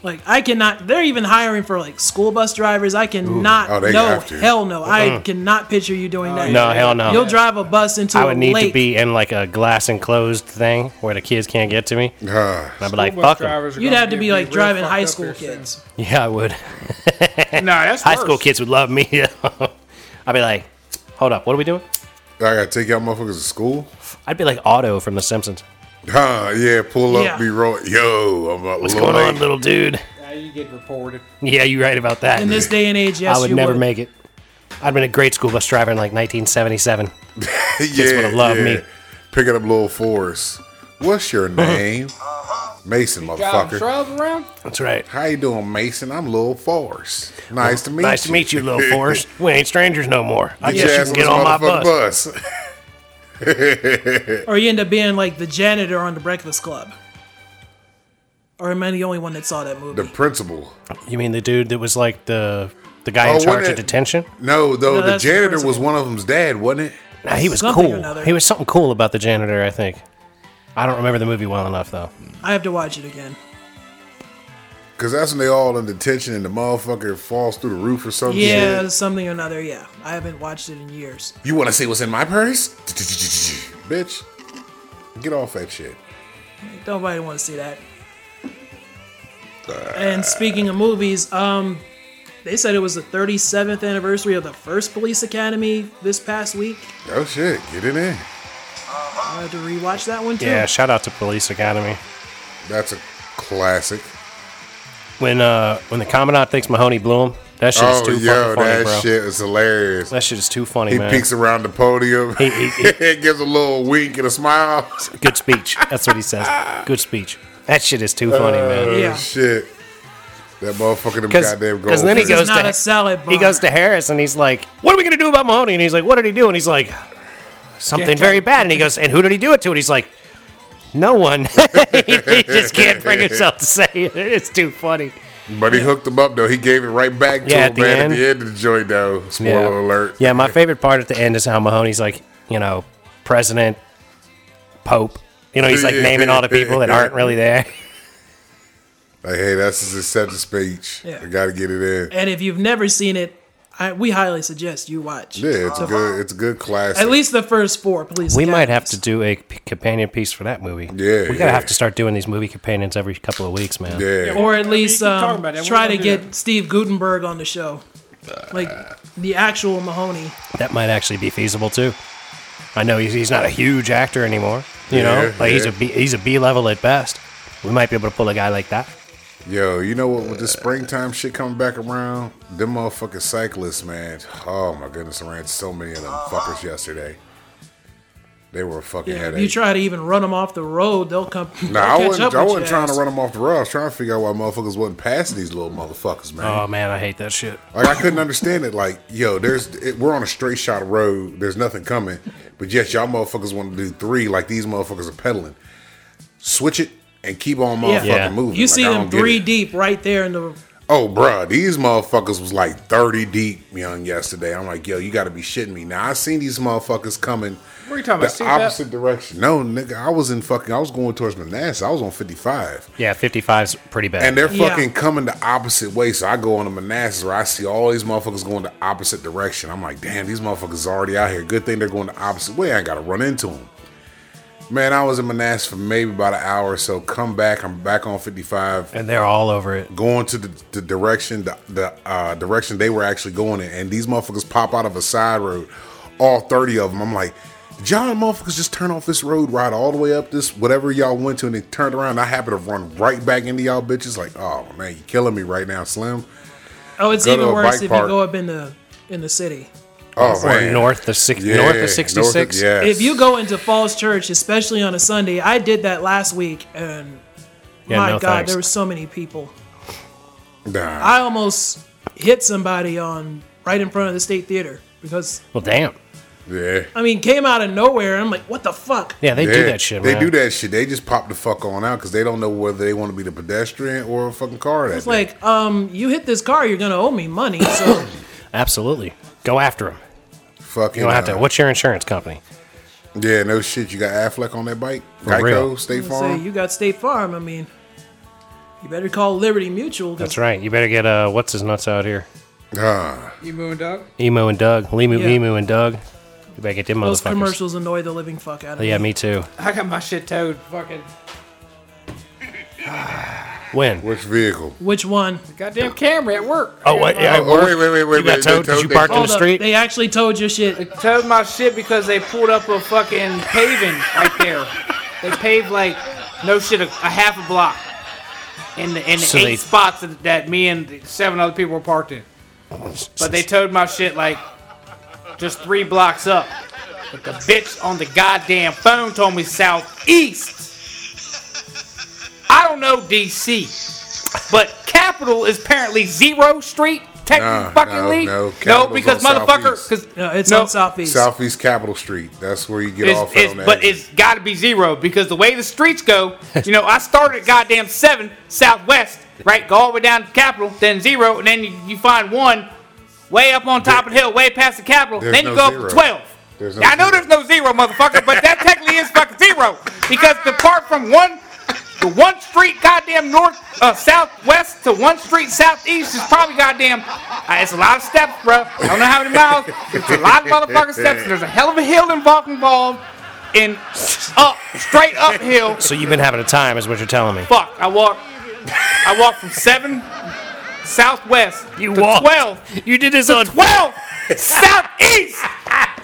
B: Like I cannot. They're even hiring for like school bus drivers. I cannot.
D: Oh, they
B: no,
D: have to.
B: hell no. I cannot picture you doing that.
A: Oh, No, hell no.
B: You'll drive a bus into
A: I
B: a
A: would need
B: lake.
A: to be in like a glass enclosed thing where the kids can't get to me. And
D: Ah,
A: I'd be like, fuck 'em.
B: You'd have to be like driving high school kids.
A: Yeah, I would.
C: No, that's
A: High
C: worse.
A: school kids would love me. I'd be like, hold up, what are we doing?
D: I gotta take y'all motherfuckers to school?
A: I'd be like Otto from The Simpsons.
D: Huh, yeah, pull up,
B: Yeah.
D: be rolling. Yo, I'm up.
A: What's going on, little dude?
C: Yeah, you get reported.
A: Yeah, you're right about that.
B: In this day and age, yes,
A: I would
B: you
A: never
B: would.
A: make it. I'd been a great school bus driver in like 1977.
D: Kids
A: would've loved me. Uh-huh.
D: Picking up little Forrest. What's your name? Mason,
C: Driving
D: motherfucker.
C: shrubs around?
A: That's right.
D: How you doing, Mason? I'm Lil Forrest. Nice to meet you.
A: Nice to meet you, little Forrest. We ain't strangers no more. I
D: Get your
A: guess
D: ass
A: you can
D: on
A: get
D: this
A: on my
D: motherfucking
A: bus.
D: bus.
B: Or you end up being like the janitor on the Breakfast Club. Or am I the only one that saw that movie?
D: The principal.
A: You mean the dude that was like the the guy
D: Oh,
A: in charge
D: wasn't
A: of
D: it-
A: detention?
D: No, though
B: No,
D: the
B: that's the
D: janitor was
B: principal.
D: one of them's dad, wasn't it?
A: Nah, he was
B: Something or
A: cool.
B: another.
A: He was something cool about the janitor, I think. I don't remember the movie well enough though.
B: I have to watch it again.
D: Because that's when they all in detention and the motherfucker falls through the roof or something.
B: Yeah, something or another. Yeah, I haven't watched it in years.
D: You want to see what's in my purse? Bitch, get off that shit.
B: Nobody want to see that. And speaking of movies, um, they said it was the 37th anniversary of the first Police Academy this past week.
D: Oh shit, get it in.
C: Uh-huh.
B: I had to rewatch that one too.
A: Yeah, shout out to Police Academy.
D: That's a classic.
A: When uh when the commandant thinks Mahoney blew him, that shit is
D: Oh
A: too
D: yo,
A: fucking funny,
D: that
A: bro.
D: shit is hilarious.
A: That shit is too funny,
D: He
A: man.
D: peeks around the podium. He,
A: he-
D: gives a little wink and a smile.
A: Good speech. That's what he says. Good speech. That shit is too funny, man.
B: Yeah.
D: Oh, Shit. That motherfucker them
A: 'Cause-
D: goddamn
A: 'cause then he
D: goldfish.
A: goes
B: It's not
A: to-
B: a salad bar.
A: He goes to Harris and he's like, "What are we gonna do about Mahoney?" And he's like, "What did he do?" And he's like, "Something very bad." And he goes, "And who did he do it to?" And he's like, "No one." he just can't bring himself to say it. It's too funny.
D: But he hooked him up though. He gave it right back to
A: Yeah,
D: him,
A: at the
D: man.
A: end.
D: At the end of the joint though. Spoiler alert.
A: Yeah, my favorite part at the end is how Mahoney's like, you know, president, pope. You know, he's like naming all the people that aren't really there.
D: Like, hey, that's his acceptance speech.
B: Yeah.
D: I gotta get it in.
B: and if you've never seen it, I, we highly suggest you watch.
D: Yeah, it's a
B: The-
D: good it's a good classic.
B: At least the first four Police
A: We might
B: Academies.
A: have to do a p- companion piece for that movie.
D: Yeah,
A: we gotta
D: yeah.
A: have to start doing these movie companions every couple of weeks, man.
D: yeah.
B: Or at least
C: keep talking
B: um,
C: about that. We're
B: try
C: gonna
B: to
C: do
B: get Steve Gutenberg on the show. Like the actual Mahoney.
A: that might actually be feasible too. I know he's, he's not a huge actor anymore. You know,
D: Yeah,
A: like he's a
D: yeah.
A: B, he's a B level at best. We might be able to pull a guy like that.
D: Yo, you know what? With the springtime shit coming back around, them motherfucking cyclists, man. Oh my goodness, I ran so many of them fuckers yesterday. They were a fucking
B: Yeah, if
D: headache.
B: you try to even run them off the road, they'll come.
D: Nah, I wasn't. I wasn't
B: was
D: trying to run them off the road. I was trying to figure out why motherfuckers wasn't passing these little motherfuckers, man.
E: Oh man, I hate that shit.
D: Like I couldn't understand it. Like, yo, there's it, we're on a straight shot road. There's nothing coming, but yet y'all motherfuckers want to do three. Like these motherfuckers are pedaling. Switch it and keep on motherfucking
A: Yeah.
D: moving.
B: You
D: Like,
B: see
D: I
B: them
D: don't get
B: three
D: it.
B: deep right there in the.
D: Oh, bruh, these motherfuckers was like thirty deep young yesterday. I'm like, yo, you got to be shitting me. Now I seen these motherfuckers coming.
C: What are you talking about?
D: The
C: CPAP?
D: opposite direction. No, nigga, I was in fucking. I was going towards Manassas. I was on 55.
A: Yeah, 55's pretty bad.
D: And they're
B: Yeah.
D: fucking coming the opposite way. So I go on to Manassas where I see all these motherfuckers going the opposite direction. I'm like, damn, these motherfuckers are already out here. Good thing they're going the opposite way. I ain't got to run into them. Man, I was in Manassas for maybe about an hour or so. Come back. I'm back on 55
E: And they're all over it.
D: going to the, the direction the, the uh, direction they were actually going in, and these motherfuckers pop out of a side road, all thirty of them. I'm like, John, motherfuckers, just turn off this road, ride all the way up this whatever y'all went to, and they turned around. I happen to run right back into y'all bitches. Like, oh man, you killing me right now, Slim.
B: Oh, it's
D: Go to
B: even
D: a
B: worse
D: bike
B: if
D: park.
B: you go up in the in the city.
D: Oh
A: or
D: man,
A: north of six,
D: Yeah,
A: north of 66.
D: yes.
B: If you go into Falls Church, especially on a Sunday, I did that last week, and
A: Yeah,
B: my
A: no
B: God,
A: thanks.
B: there were so many people.
D: nah,
B: I almost hit somebody on right in front of the State Theater because
A: Well, damn.
D: yeah.
B: I mean, came out of nowhere. And I'm like, what the fuck?
A: Yeah, they
D: Yeah,
A: do that shit,
D: They
A: man.
D: do that shit. They just pop the fuck on out because they don't know whether they want to be the pedestrian or a fucking car. That
B: It's like, um, you hit this car, you're gonna owe me money. So
A: Absolutely. Go after them.
D: fucking.
A: You don't have to.
D: uh,
A: What's your insurance company?
D: Yeah, no shit. You got Affleck on that bike? Geico,
A: real.
D: State
B: say
D: Farm?
B: you got State Farm. I mean, you better call Liberty Mutual. 'cause
A: That's right. You better get uh, what's his nuts out here?
D: Ah,
C: You moving, dog?
A: Emo and Doug, Limu,
B: Yeah.
A: Emu and Doug. You better get them
B: Those
A: motherfuckers.
B: commercials annoy the living fuck out of
A: Yeah,
B: me.
A: me too.
C: I got my shit towed. Fucking
A: When?
D: which vehicle?
B: Which one?
C: goddamn camera at work.
A: Oh wait, yeah,
D: Oh, wait, wait, wait, wait.
A: You got
D: wait,
A: towed?
D: they
A: Did you park
D: they-
A: in the
B: Hold up,
A: street?
B: They actually towed your shit.
C: They towed my shit because they pulled up a fucking paving right there. They paved like no shit a, a half a block in the in the
A: So
C: eight
A: they-
C: spots that, that me and the seven other people were parked in. But they towed my shit like just three blocks up. But the bitch on the goddamn phone told me southeast. I don't know DC, but capital is apparently zero street.
D: Nah,
C: Technically, fucking
D: no, no.
C: no,
D: Capital's
C: because
D: on
C: motherfucker,
D: Southeast.
C: because
B: No, it's on Southeast.
D: Southeast Capitol Street. That's where you get
C: it's,
D: off
C: it's-
D: on that.
C: but it's got to be zero because the way the streets go, you know, I started at goddamn seven southwest, right? Go all the way down to Capitol, then zero, and then you, you find one way up on top of the hill, way past the Capitol.
D: There's
C: Then you
D: no
C: go up
D: zero.
C: to twelve.
D: There's no
C: yeah, I know
D: zero.
C: there's no zero, motherfucker, but that technically is fucking zero because the part from one. The one street goddamn north, uh, southwest to one street southeast is probably goddamn. Uh, it's a lot of steps, bro. I don't know how many miles. It's a lot of motherfucking steps. There's a hell of a hill involved involved, and up straight uphill.
A: So you've been having a time, is what you're telling me.
C: Fuck, I walked. I walked from seven southwest
A: You
C: to
A: walked.
C: twelve
A: You did this on.
C: 12 southeast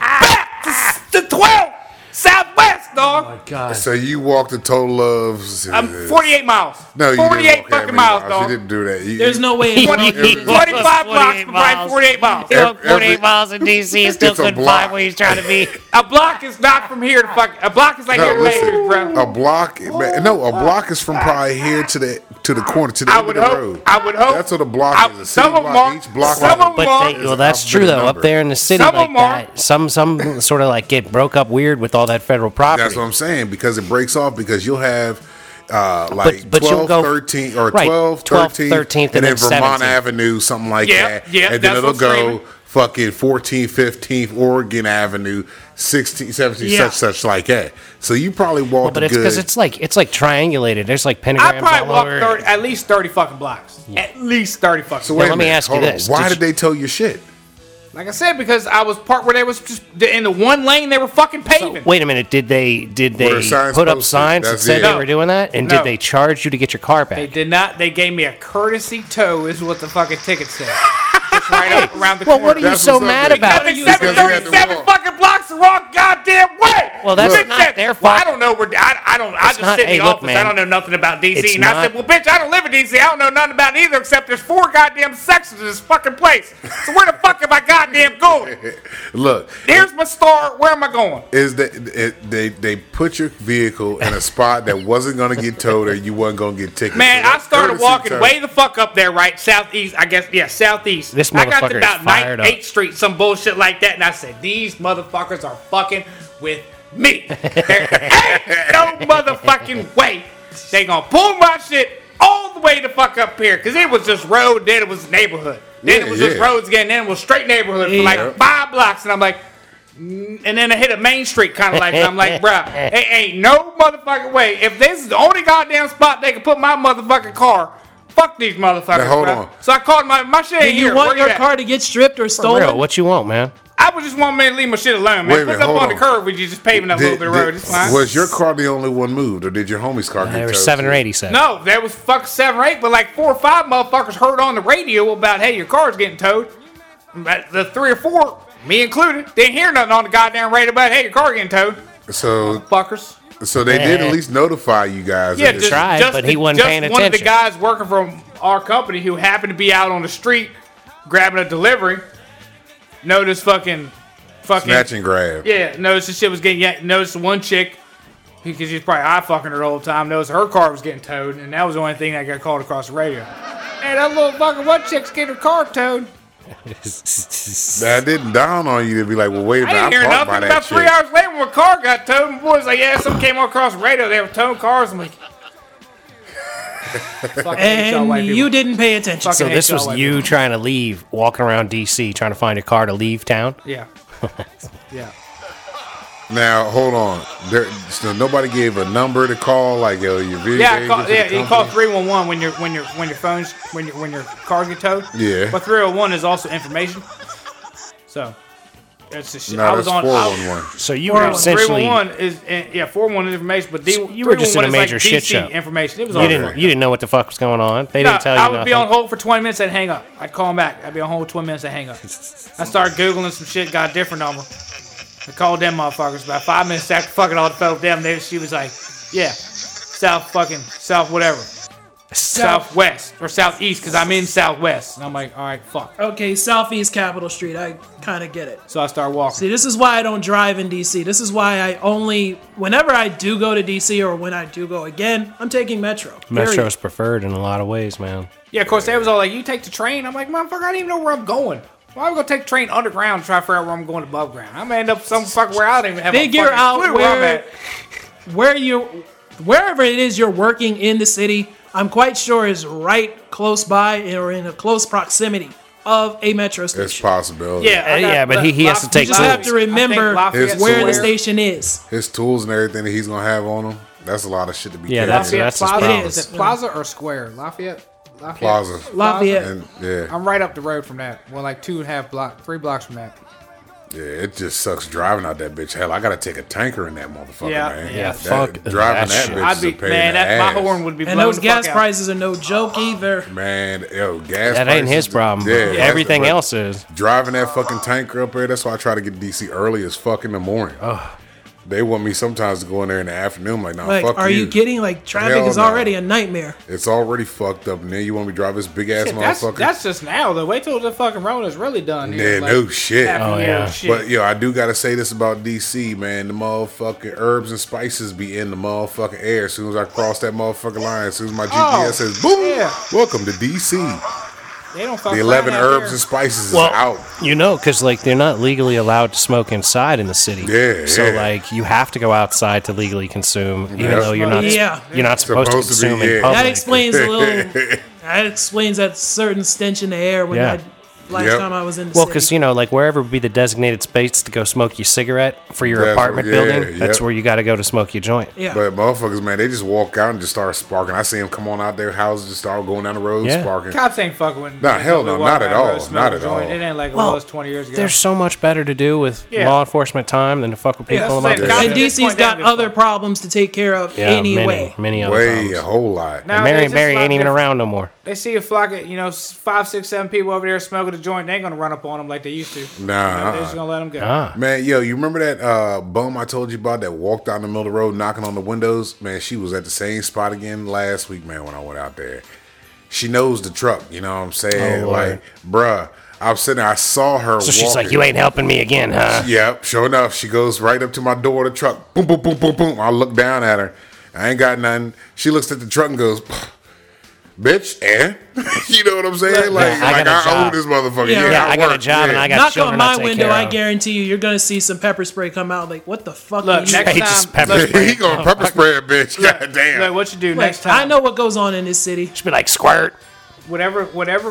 C: back to, to 12 southwest dog
A: God.
D: so you walked a total of.
C: i'm 48 miles
D: No, you
C: 48
D: didn't walk that
C: fucking
D: many
C: miles
D: You
C: dog
D: didn't do that. You,
B: There's no way. in hell
C: 20,
B: you're
A: He
C: 25
A: walked
B: doing that.
A: 48 miles.
C: blocks but probably 48 miles
A: He walked
D: Every-
A: 48 miles in DC and still
D: It's a
A: couldn't
D: block.
A: find where he's trying to be.
C: a block is not from here to fuck a block is like
D: No,
C: your
D: listen. Oh,
C: neighbors bro
D: A block, man, no, a block is from probably here to the to the corner to the
C: I
D: end
C: would
D: of the
C: hope.
D: road.
C: I would hope.
D: That's what a block
C: I-
D: is. A
C: some
D: city
C: of 'em
D: block.
C: are-
D: Each block.
C: some of 'em
D: is-
A: But they,
C: It's
A: well,
D: an
A: that's true
D: alphabetic
A: though.
D: number.
A: Up there in the city,
C: Some of
A: like
C: 'em are.
A: that, some some sort of like get broke up weird with all that federal property.
D: That's what I'm saying because it breaks off because you'll have uh, like
A: but you'll
D: 12,
A: go-
D: 13 or
A: right,
D: 12,
A: 12,
D: 13,
A: 13th,
D: and
A: and
D: then
A: then
D: Vermont
A: 17th.
D: Avenue, something like
C: Yeah,
D: that.
C: yeah,
D: and then
C: that's
D: it'll
C: what's
D: go
C: screaming.
D: fucking 14, 15, Oregon Avenue, 16, 17,
B: Yeah.
D: such, such like that. So you probably walked
A: But it's
D: a
A: because
D: good.
A: it's like it's like triangulated. There's like
C: i
A: pentagrams
C: probably
A: all
C: walked
A: over.
C: 30, at least 30 fucking blocks at least 30 fucking
D: so
A: Now,
D: wait a
A: let me
D: minute,
A: ask you
D: hold on.
A: this.
D: Why
A: Did
D: did,
A: you-
D: they tell you shit?
C: like i said because i was part where they was just in the one lane they were fucking paving
A: Wait a minute. Did they did
D: Were
A: they
D: there signs
A: put up
D: posted?
A: signs that
D: That's
A: said
D: it.
A: they
C: No.
A: were doing that? And
C: No.
A: did they charge you to get your car
C: They
A: back?
C: did not. They gave me a courtesy tow, is what the fucking ticket said. It's right up around the
A: Well,
C: corner.
A: what are you
D: That's
A: so
D: what's up,
A: mad
D: dude.
A: about?
C: I've been
B: Because you had to
C: 737
D: walk.
C: fucking blocks the wrong goddamn way.
A: Well, that's
C: Bitch
A: not
C: said,
A: their
C: "Well, I
A: fault."
C: don't know where. I, I don't. I just
A: not-
C: sit in
A: hey,
C: the
A: look,
C: office. I
A: man.
C: don't know nothing about DC.
A: It's
C: and I said, well,
A: not-
C: bitch, I don't live in DC. I don't know nothing about either except there's four goddamn sections of this fucking place. So where the fuck am I goddamn going?
D: Look,
C: There's my star. Where am I going?
D: is that it, they they put your vehicle in a spot that wasn't gonna get towed or you wasn't gonna get tickets.
C: Man,
D: So
C: I
D: that's
C: started
D: courtesy
C: walking
D: towing.
C: way the fuck up there, right? Southeast, I guess. Yeah, southeast.
A: This
C: I got
A: motherfucker
C: to
A: is
C: about
A: fired up.
C: 8th Street, some bullshit like that, and I said, these motherfuckers are fucking with me. There ain't no motherfucking way they gonna pull my shit all the way the fuck up here, cause it was just road, then it was neighborhood, then
D: Yeah,
C: it was just
D: yeah.
C: roads again, then it was straight neighborhood for
B: Yeah.
C: like five blocks, and I'm like. "Mm," And then I hit a main street kind of like that. I'm like, bruh, it ain't no motherfucking way. If this is the only goddamn spot they can put my motherfucking car, fuck these motherfuckers.
D: Now, hold
C: bruh.
D: on.
C: So I called my my shit.
B: Do
C: ain't
B: you
C: here.
B: want
C: Where
B: your
C: at?
B: car to get stripped or
A: For real,
B: stolen?
A: what you want, man?
C: I was just one man to leave my shit alone,
D: Wait a
C: man. What's
D: minute,
C: up
D: hold
C: on, the
D: on.
C: curb? We just paving up a little
D: Did-
C: bit of
D: did-
C: road. It's fine.
D: Was your car the only one moved, or did your homie's car get
A: Uh, There were
D: towed?
A: seven or eight, he said.
C: no, there was fuck seven or eight, but like four or five motherfuckers heard on the radio about hey, your car's getting towed. But the three or four, me included, didn't hear nothing on the goddamn radio about hey, your car getting towed.
D: So,
C: Fuckers.
D: so they did at least notify you guys.
C: Yeah,
D: that
C: just,
D: it's-
A: tried,
C: just
A: but
C: the-
A: he wasn't
C: just
A: paying
C: One of the
A: attention.
C: guys working from our company who happened to be out on the street grabbing a delivery noticed fucking, fucking,
D: snatch and grab.
C: yeah, noticed the shit was getting yanked. Noticed one chick because she's probably eye fucking her the whole time. Noticed her car was getting towed, and that was the only thing that got called across the radio. Hey, that little fucking one chick's getting her car towed.
D: I didn't down on you to be like, well, wait a
C: I
D: minute,
C: didn't
D: I'm
C: hear
D: parked
C: nothing.
D: by
C: About
D: that
C: three
D: chick.
C: hours later, when my car got towed, my boys like, yeah, some came across the radio. They were towing cars. I'm like, fucking hate y'all white
B: and
C: people.
B: you didn't pay attention.
C: Fucking
A: So
C: hate
A: this
C: y'all
A: was
C: white
A: you trying to leave, walking around DC, trying to find a car to leave town.
C: Yeah. yeah.
D: Now, hold on. There, so nobody gave a number to call, like, yo, your video.
C: Yeah, I
D: game
C: call,
D: gets to the
C: yeah, you
D: company?
C: call 311 when your when your when your phones when your when your cars get towed.
D: Yeah.
C: But 311 is also information. So that's the shit.
D: No,
C: I
D: that's
C: was on I was-
D: 411.
A: So you were
B: Well,
A: essentially
C: 311 is eh, yeah, 411 is information, but D,
A: You were just in a
C: 311 is
A: major
C: like
A: shit
C: DC
A: show.
C: information. It was
A: you
C: all
A: didn't
C: fucked
A: you didn't know what the fuck was going on. They
C: up.
A: didn't tell you
C: I would be on
A: nothing.
C: hold for 20 minutes and hang up. I'd call them back. I'd be on hold 20 minutes and hang up. I started googling some shit, got a different number. I called them motherfuckers about five minutes after fucking all the phone them. They, she was like, yeah, south fucking south whatever. southwest or southeast because I'm in southwest. And I'm like, all right, fuck.
B: Okay, Southeast Capitol Street. I kind of get it.
C: So I start walking.
B: See, this is why I don't drive in DC. This is why I only, whenever I do go to DC or when I do go again, I'm taking Metro.
A: Metro
B: Period.
A: is preferred in a lot of ways, man.
C: Yeah, of course, they was all like, you take the train. I'm like, motherfucker, I don't even know where I'm going. Why am I gonna take the train underground and try to figure out where I'm going above ground? I'm gonna end up some fucking where I don't even have a
B: Figure
C: fucking
B: out
C: clue I'm
B: where-
C: at.
B: Where you, wherever it is you're working in the city, I'm quite sure is right close by or in a close proximity of a Metro
D: It's
B: station.
D: possibility.
C: Yeah, I
A: Uh, yeah, but he- he has to
C: Laf-
A: take
B: You just have
A: Lafayette.
B: to
C: I
B: remember
C: think Lafayette's
D: It's
B: where the
D: somewhere.
B: station is.
D: His tools and everything that he's gonna have on him. That's a lot of shit to be.
A: Yeah,
D: carrying.
A: that's-
C: Lafayette
A: his
C: Plaza.
A: problem.
C: Is it Plaza or Square? Lafayette. Lafayette.
D: Plaza.
B: Lafayette.
D: And yeah,
C: I'm right up the road from that. Well, like two and a half block, three blocks from that.
D: yeah, it just sucks driving out that bitch. Hell, I gotta take a tanker in that motherfucker,
C: Yeah,
D: man.
C: yeah,
D: That-
A: fuck that
D: driving that,
A: shit.
D: bitch
C: I'd be
D: is a pain
C: man,
D: in the
C: that my
D: ass.
C: horn would be.
B: And
C: blown
B: those
C: the
B: gas
C: fuck out.
B: prices are no joke either.
D: Man, yo, gas.
A: That ain't
D: prices-
A: his problem.
D: Yeah, that's the
A: Everything
D: pro-
A: else is.
D: Driving that fucking tanker up there. That's why I try to get DC early as fuck in the morning. They want me sometimes to go in there in the afternoon. I'm like, nah,
B: Like,
D: fuck
B: are you kidding? Like, traffic
D: Hell
B: is
D: no.
B: already a nightmare.
D: It's already fucked up. And then you want me to drive this big ass
C: Shit, that's,
D: motherfucker.
C: that's just now though. Wait till the fucking road is really done.
D: yeah,
C: dude. Like,
D: no shit.
C: half a
A: Oh,
C: year
A: yeah.
C: of shit.
D: But yo, I do gotta say this about DC, man. The motherfucking herbs and spices be in the motherfucking air. As soon as I cross that motherfucking line, as soon as my GPS says boom,
C: Oh, yeah. Oh,
D: welcome to DC.
C: they don't
D: The eleven herbs and spices is out.
A: you know, because like they're not legally allowed to smoke inside in the city.
D: Yeah,
A: So
D: yeah.
A: like you have to go outside to legally consume, even
D: Yeah.
A: though you're not.
B: Yeah.
A: You're not supposed,
D: Supposed
A: to
D: to be,
A: consume in
D: yeah. That
A: public.
B: That explains a little. that explains that certain stench in the air when
A: Yeah.
B: I last
D: Yep.
B: time I was in the
A: Well,
B: city.
A: because you know, like wherever would be the designated space to go smoke your cigarette for your
D: That's-
A: apartment
D: yeah,
A: building, that's
D: yep.
A: where you got to go to smoke your joint.
B: yeah,
D: But motherfuckers, man, they just walk out and just start sparking. I see them come on out their houses, just start going down the road
A: Yeah.
D: sparking.
C: Cops ain't fucking with.
D: Nah, hell no,
C: with walking
D: not at
C: around
D: all,
C: road smoking
D: not at
C: joint.
D: all.
C: It ain't like it
A: Well,
C: was 20 years ago.
A: There's so much better to do with
C: Yeah.
A: law enforcement time than to fuck with
C: Yeah,
A: people about
C: that's the
A: their
C: thing.
A: shit.
B: and
C: at this
B: DC's
C: point,
B: got
C: that'd be
B: other
C: fun.
B: problems to take care of
A: Yeah,
B: anyway.
A: many, many other
D: Way a
A: problems.
D: whole lot.
C: Now-
A: Mary
C: It's just
A: Mary
C: like
A: ain't even
C: this-
A: around no more.
C: They see a flock of, you know, s- five, six, seven people over there smoking a joint. They ain't gonna run up on them like they used to.
D: Nah,
C: They're just
D: uh-uh.
C: gonna let them go.
D: Man, yo, you remember that uh, bum I told you about that walked out in the middle of the road knocking on the windows? Man, she was at the same spot again last week, man, when I went out there. She knows the truck, you know what I'm saying?
A: Oh, Lord.
D: like, bruh, I was sitting there, I saw her
A: So she's like,
D: walking.
A: you ain't helping me again, huh?
D: Yep, sure enough, she goes right up to my door of the truck. Boom, boom, boom, boom, boom. I look down at her. I ain't got nothing. She looks at the truck and goes, "Bitch," and you know what I'm saying? Like,
A: I
D: like
A: got a
D: I own
A: job.
D: this motherfucker.
B: Yeah,
D: Yeah,
A: Yeah, I got a
D: work.
A: job and
D: Yeah.
A: I got
B: Knock
A: children
B: on
A: to
B: my
A: take
B: window,
A: care
B: I
A: of.
B: guarantee you, you're gonna see some pepper spray come out. Like, what the fuck?
C: Look,
B: are you
C: next
A: He
B: doing?
A: just
C: time-
A: pepper
C: look,
A: spray.
D: he gonna pepper spray a bitch. God damn.
C: Look, what you do
B: Like,
C: next time?
B: I know what goes on in this city.
A: She'd be like, squirt.
C: Whatever, whatever.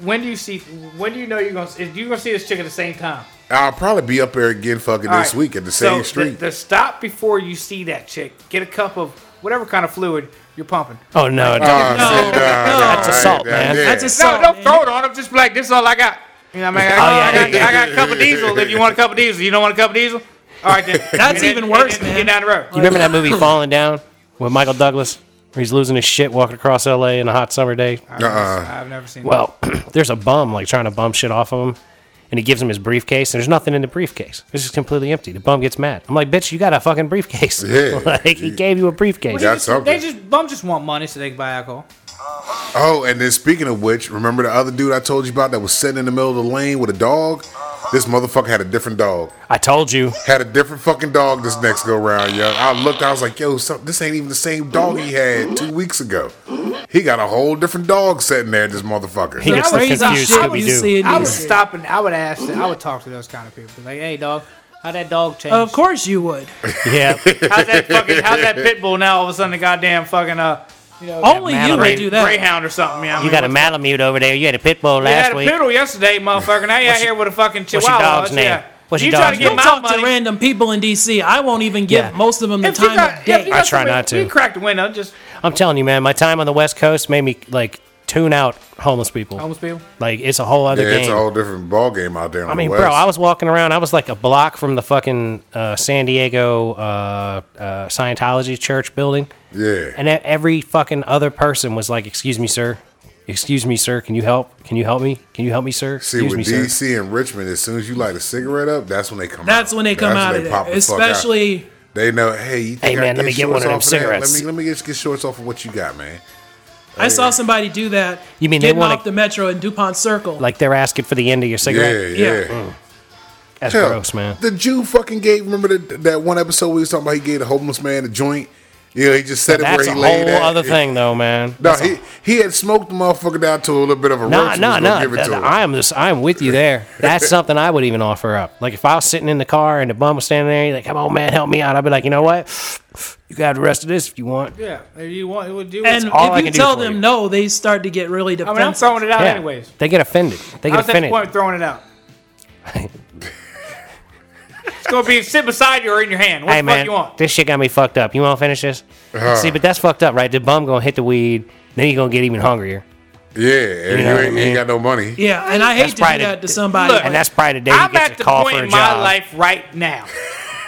C: When do you see? When do you know you're gonna? Is you gonna see this chick at the same time?
D: I'll probably be up there again fucking
C: All
D: this
C: right.
D: week at the
C: So
D: same street.
C: The, the stop before you see that chick. Get a cup of whatever kind of fluid you're pumping.
A: Oh, no. no.
D: Oh, shit, nah, nah,
A: That's
D: nah,
A: assault,
D: nah,
A: man.
D: yeah.
B: That's just
C: No,
B: so,
C: don't
B: man.
C: throw it on him. Just be like, this is all I got. You know what I mean? I,
A: Oh, yeah,
C: I, got, I got a cup of diesel. If you want a cup of diesel, you don't want a cup of diesel? All right, then.
B: That's even worse, man.
C: Get down the road.
A: You remember that movie Falling Down with Michael Douglas? Where he's losing his shit walking across LA in a hot summer day.
D: Uh-uh.
C: I've never seen
A: Well, there's a bum like trying to bum shit off of him, and he gives him his briefcase. And there's nothing in the briefcase. It's just completely empty. The bum gets mad. I'm like, bitch, you got a fucking briefcase.
D: Yeah.
A: like he gave you a briefcase.
D: Yeah.
C: that.
D: Got something.
C: They just bum just want money so they can buy alcohol.
D: Oh, and then speaking of which, remember the other dude I told you about that was sitting in the middle of the lane with a dog? This motherfucker had a different dog.
A: I told you.
D: Had a different fucking dog this next go round, yo. I looked, I was like, yo, so, this ain't even the same dog he had two weeks ago. He got a whole different dog sitting there, this motherfucker.
A: He gets the
B: Crazy
A: confused
B: shit
A: Scooby
B: you
A: Doo.
B: see in
C: I would
B: these cities.
C: stop and I would ask. I would talk to those kind of people. Like, hey, dog, how that dog change?
B: Of course you would.
A: Yeah.
C: How's that fucking? How's that pit bull now? All of a sudden, the goddamn fucking uh, you know,
B: Only you
A: Madeline.
B: would do that.
C: greyhound or something. Yeah, I
A: You
C: mean,
A: got a
C: what-
A: Malamute over there. You had a pit bull
C: We had
A: last
C: a
A: week.
C: poodle yesterday, motherfucker. Now you out here with a fucking
A: your
C: chihuahua.
A: dog's name?
C: Yeah.
A: What's
C: you
A: your
C: try to
A: dog's
C: get
A: name?
B: Don't
C: my
B: talk to
C: money.
B: random people in DC. I won't even give
A: Yeah.
B: most of them the
C: If you
B: time
C: got-
B: of
C: yeah, if
B: day.
C: you got
A: I try
C: somebody-
A: not to.
C: We cracked the window. Just
A: I'm telling you, man, my time on the West Coast made me like tune out homeless people.
C: homeless people.
A: Like it's a whole other
D: yeah,
A: game.
D: it's a whole different ball game out there on
A: I mean,
D: the West.
A: bro, I was walking around. I was like a block from the fucking uh, San Diego uh, uh, Scientology church building,
D: yeah.
A: and e- every fucking other person was like, "Excuse me, sir. Excuse me, sir. Can you help? Can you help me? Can you help me, sir?
D: See,
A: Excuse
D: with
A: me, sir."
D: DC and Richmond, as soon as you light a cigarette up, that's when they come out.
B: That's when they come
D: That's
B: out
D: when
B: of
D: they
B: it,
D: pop the fuck out.
B: especially.
D: They know, hey, you think
A: Hey,
D: I
A: man, let me get one
D: shorts
A: of them
D: off that?
A: cigarettes.
D: Let me let me just get shorts off of what you got, man.
B: I saw somebody do that.
A: You mean they
B: getting
A: wanna-
B: off the metro in Dupont Circle?
A: Like they're asking for the end of your
D: Yeah,
A: cigarette.
D: yeah.
B: Yeah.
A: That's
D: Hell,
A: Mm. gross, man.
D: The Jew fucking gave. Remember that that one episode we was talking about? He gave the homeless man a joint. Yeah, he just set it
A: That's
D: where
A: a
D: he laid.
A: whole
D: at.
A: other thing, though, man.
D: No, he he had smoked the motherfucker down to a little bit of a
A: No,
D: roach. and
A: no,
D: was gonna
A: no.
D: Give it to him.
A: I am just, I am with you there. That's something I would even offer up. Like if I was sitting in the car and the bum was standing there, he's like, "Come on, man, help me out." I'd be like, "You know what? You got the rest of this if you want."
C: Yeah, if you want, would do.
B: and
C: And
B: if
A: all I
B: you
A: can do
B: tell
A: for
B: them
A: you.
B: no, they start to get really
C: I
B: defensive.
C: mean, I'm throwing it out
A: Yeah.
C: anyways.
A: They get offended. They
C: I
A: get
C: was at the point
A: offended.
C: of throwing it out. it's gonna be sit beside you or in your hand. What
A: Hey
C: the fuck
A: man,
C: you want?
A: this shit got me fucked up. You want to finish this?
D: Uh-huh.
A: See, but that's fucked up, right? The bum gonna hit the weed, then you gonna get even hungrier,
D: yeah, and
A: know what
D: you
A: I
D: ain't, you ain't
A: mean?
D: got no money.
B: yeah, and I hate to do
A: probably the-
B: that to somebody.
C: Look,
A: and that's probably the day you
C: I'm
A: get
C: at
A: to
C: the
A: call for
C: point
A: a
C: in my
A: job.
C: life right now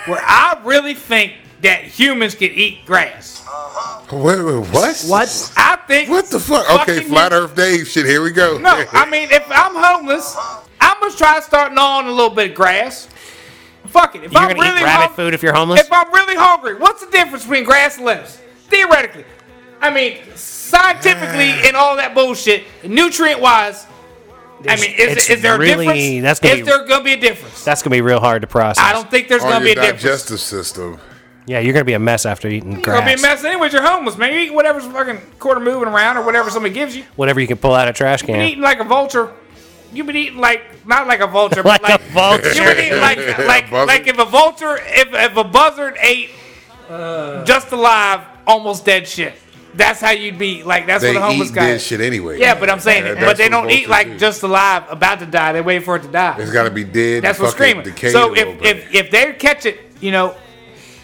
C: where I really think that humans can eat grass.
D: Wait, wait, what?
B: what?
C: I think.
D: What the fuck? Okay,
C: fucking
D: flat Earth Dave shit. Here we go.
C: No, I mean, if I'm homeless, I'm gonna try starting on a little bit of grass. Fuck it. If
A: You're
C: I'm
A: gonna
C: really
A: eat rabbit
C: hung-
A: food if you're homeless.
C: If I'm really hungry, what's the difference between grass and lettuce? Theoretically, I mean, scientifically
A: Ah.
C: and all that bullshit, nutrient wise. I mean,
A: it's
C: is, is there
A: really-
C: a difference?
A: that's gonna
C: is
A: be-
C: there gonna be a difference?
A: that's gonna be real hard to process.
C: I don't think there's
D: on
C: gonna be
D: your
C: a difference.
D: digestive system.
A: yeah, you're gonna be a mess after eating
C: You're gonna be
A: grass.
C: a mess anyways. You're homeless, man. You eat whatever's fucking quarter moving around or whatever somebody gives you.
A: Whatever you can pull out of trash
C: You've been
A: can.
C: eating like a vulture. You've been eating like not like a vulture,
A: Like
C: but
A: a
C: like
A: vulture.
C: You've been eating like like
D: Buzzard.
C: like if a vulture, if if a buzzard ate just alive, almost dead shit. That's how you'd be. Like that's
D: They
C: what a homeless
D: eat
C: guy.
D: dead
C: is.
D: shit anyway.
C: Yeah, but I'm saying,
D: Yeah,
C: but
D: that's
C: they
D: what
C: don't eat
D: vultures
C: like
D: do.
C: just alive, about to die. They wait for it to die.
D: It's got to be dead.
C: That's what's
D: fucking
C: screaming.
D: decayed a
C: So
D: little
C: if,
D: bit.
C: if if they catch it, you know,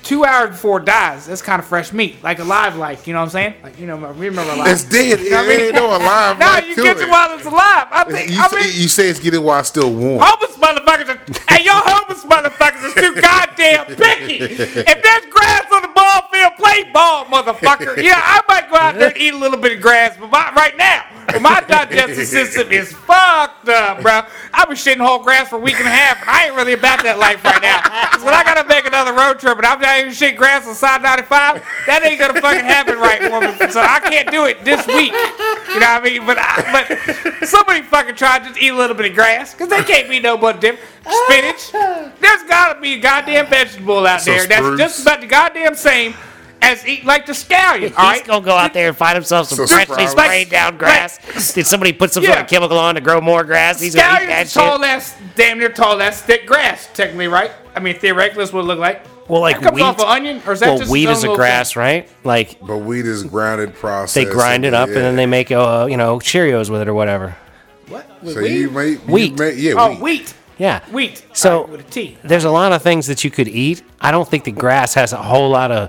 C: two hours before it dies, that's kind of fresh meat, like alive, like you know what I'm saying? Like you know, remember alive.
D: It's dead.
C: You know what I
D: It
C: mean?
D: ain't no alive.
C: No,
D: life
C: you
D: to
C: catch
D: it.
C: it while it's alive. I
D: You,
C: think. I
D: say-
C: mean,
D: you say it's getting while it's still warm.
C: homeless motherfuckers. Are, hey, y'all homeless Those motherfuckers is too goddamn picky. If there's grass on the ball field, play ball, motherfucker. Yeah, I might go out there and eat a little bit of grass, but my, right now, my digestive system is fucked up, bro. I've been shitting whole grass for a week and a half, and I ain't really about that life right now. 'Cause when I gotta make another road trip and I'm not even shit grass on side 95, that ain't gonna fucking happen right, woman. So I can't do it this week. You know what I mean? But I, but somebody fucking try to just eat a little bit of grass, cause they can't be no but different. Spinach. There's gotta be a goddamn vegetable out
D: So
C: there that's
D: spruce.
C: just about the goddamn same as eat like the scallion. All
A: He's
C: right.
A: gonna go out there and find himself some
D: So
A: freshly
D: sprouts.
A: sprayed down grass. Did somebody put some sort
C: Yeah.
A: of chemical on to grow more grass? He's gonna eat
C: Scallion's
A: that
C: is tall
A: shit.
C: ass, damn near tall ass thick grass, technically, right? I mean, theoretically, that's what it look like.
A: Well, like
C: that comes
A: wheat.
C: off an onion, or is that
A: Well,
C: just
A: wheat
C: some
A: is a
C: little
A: grass,
C: thing?
A: right? Like
D: But wheat is grounded process.
A: they grind it up and then they make uh, you know Cheerios with it or whatever.
C: What?
D: So
C: wheat?
D: you may, you
A: Wheat.
D: may- yeah,
C: oh,
D: wheat.
C: wheat.
A: Yeah.
C: Wheat.
A: So-
C: Alright, with a T.
A: There's a lot of things that you could eat. I don't think the grass has a whole lot of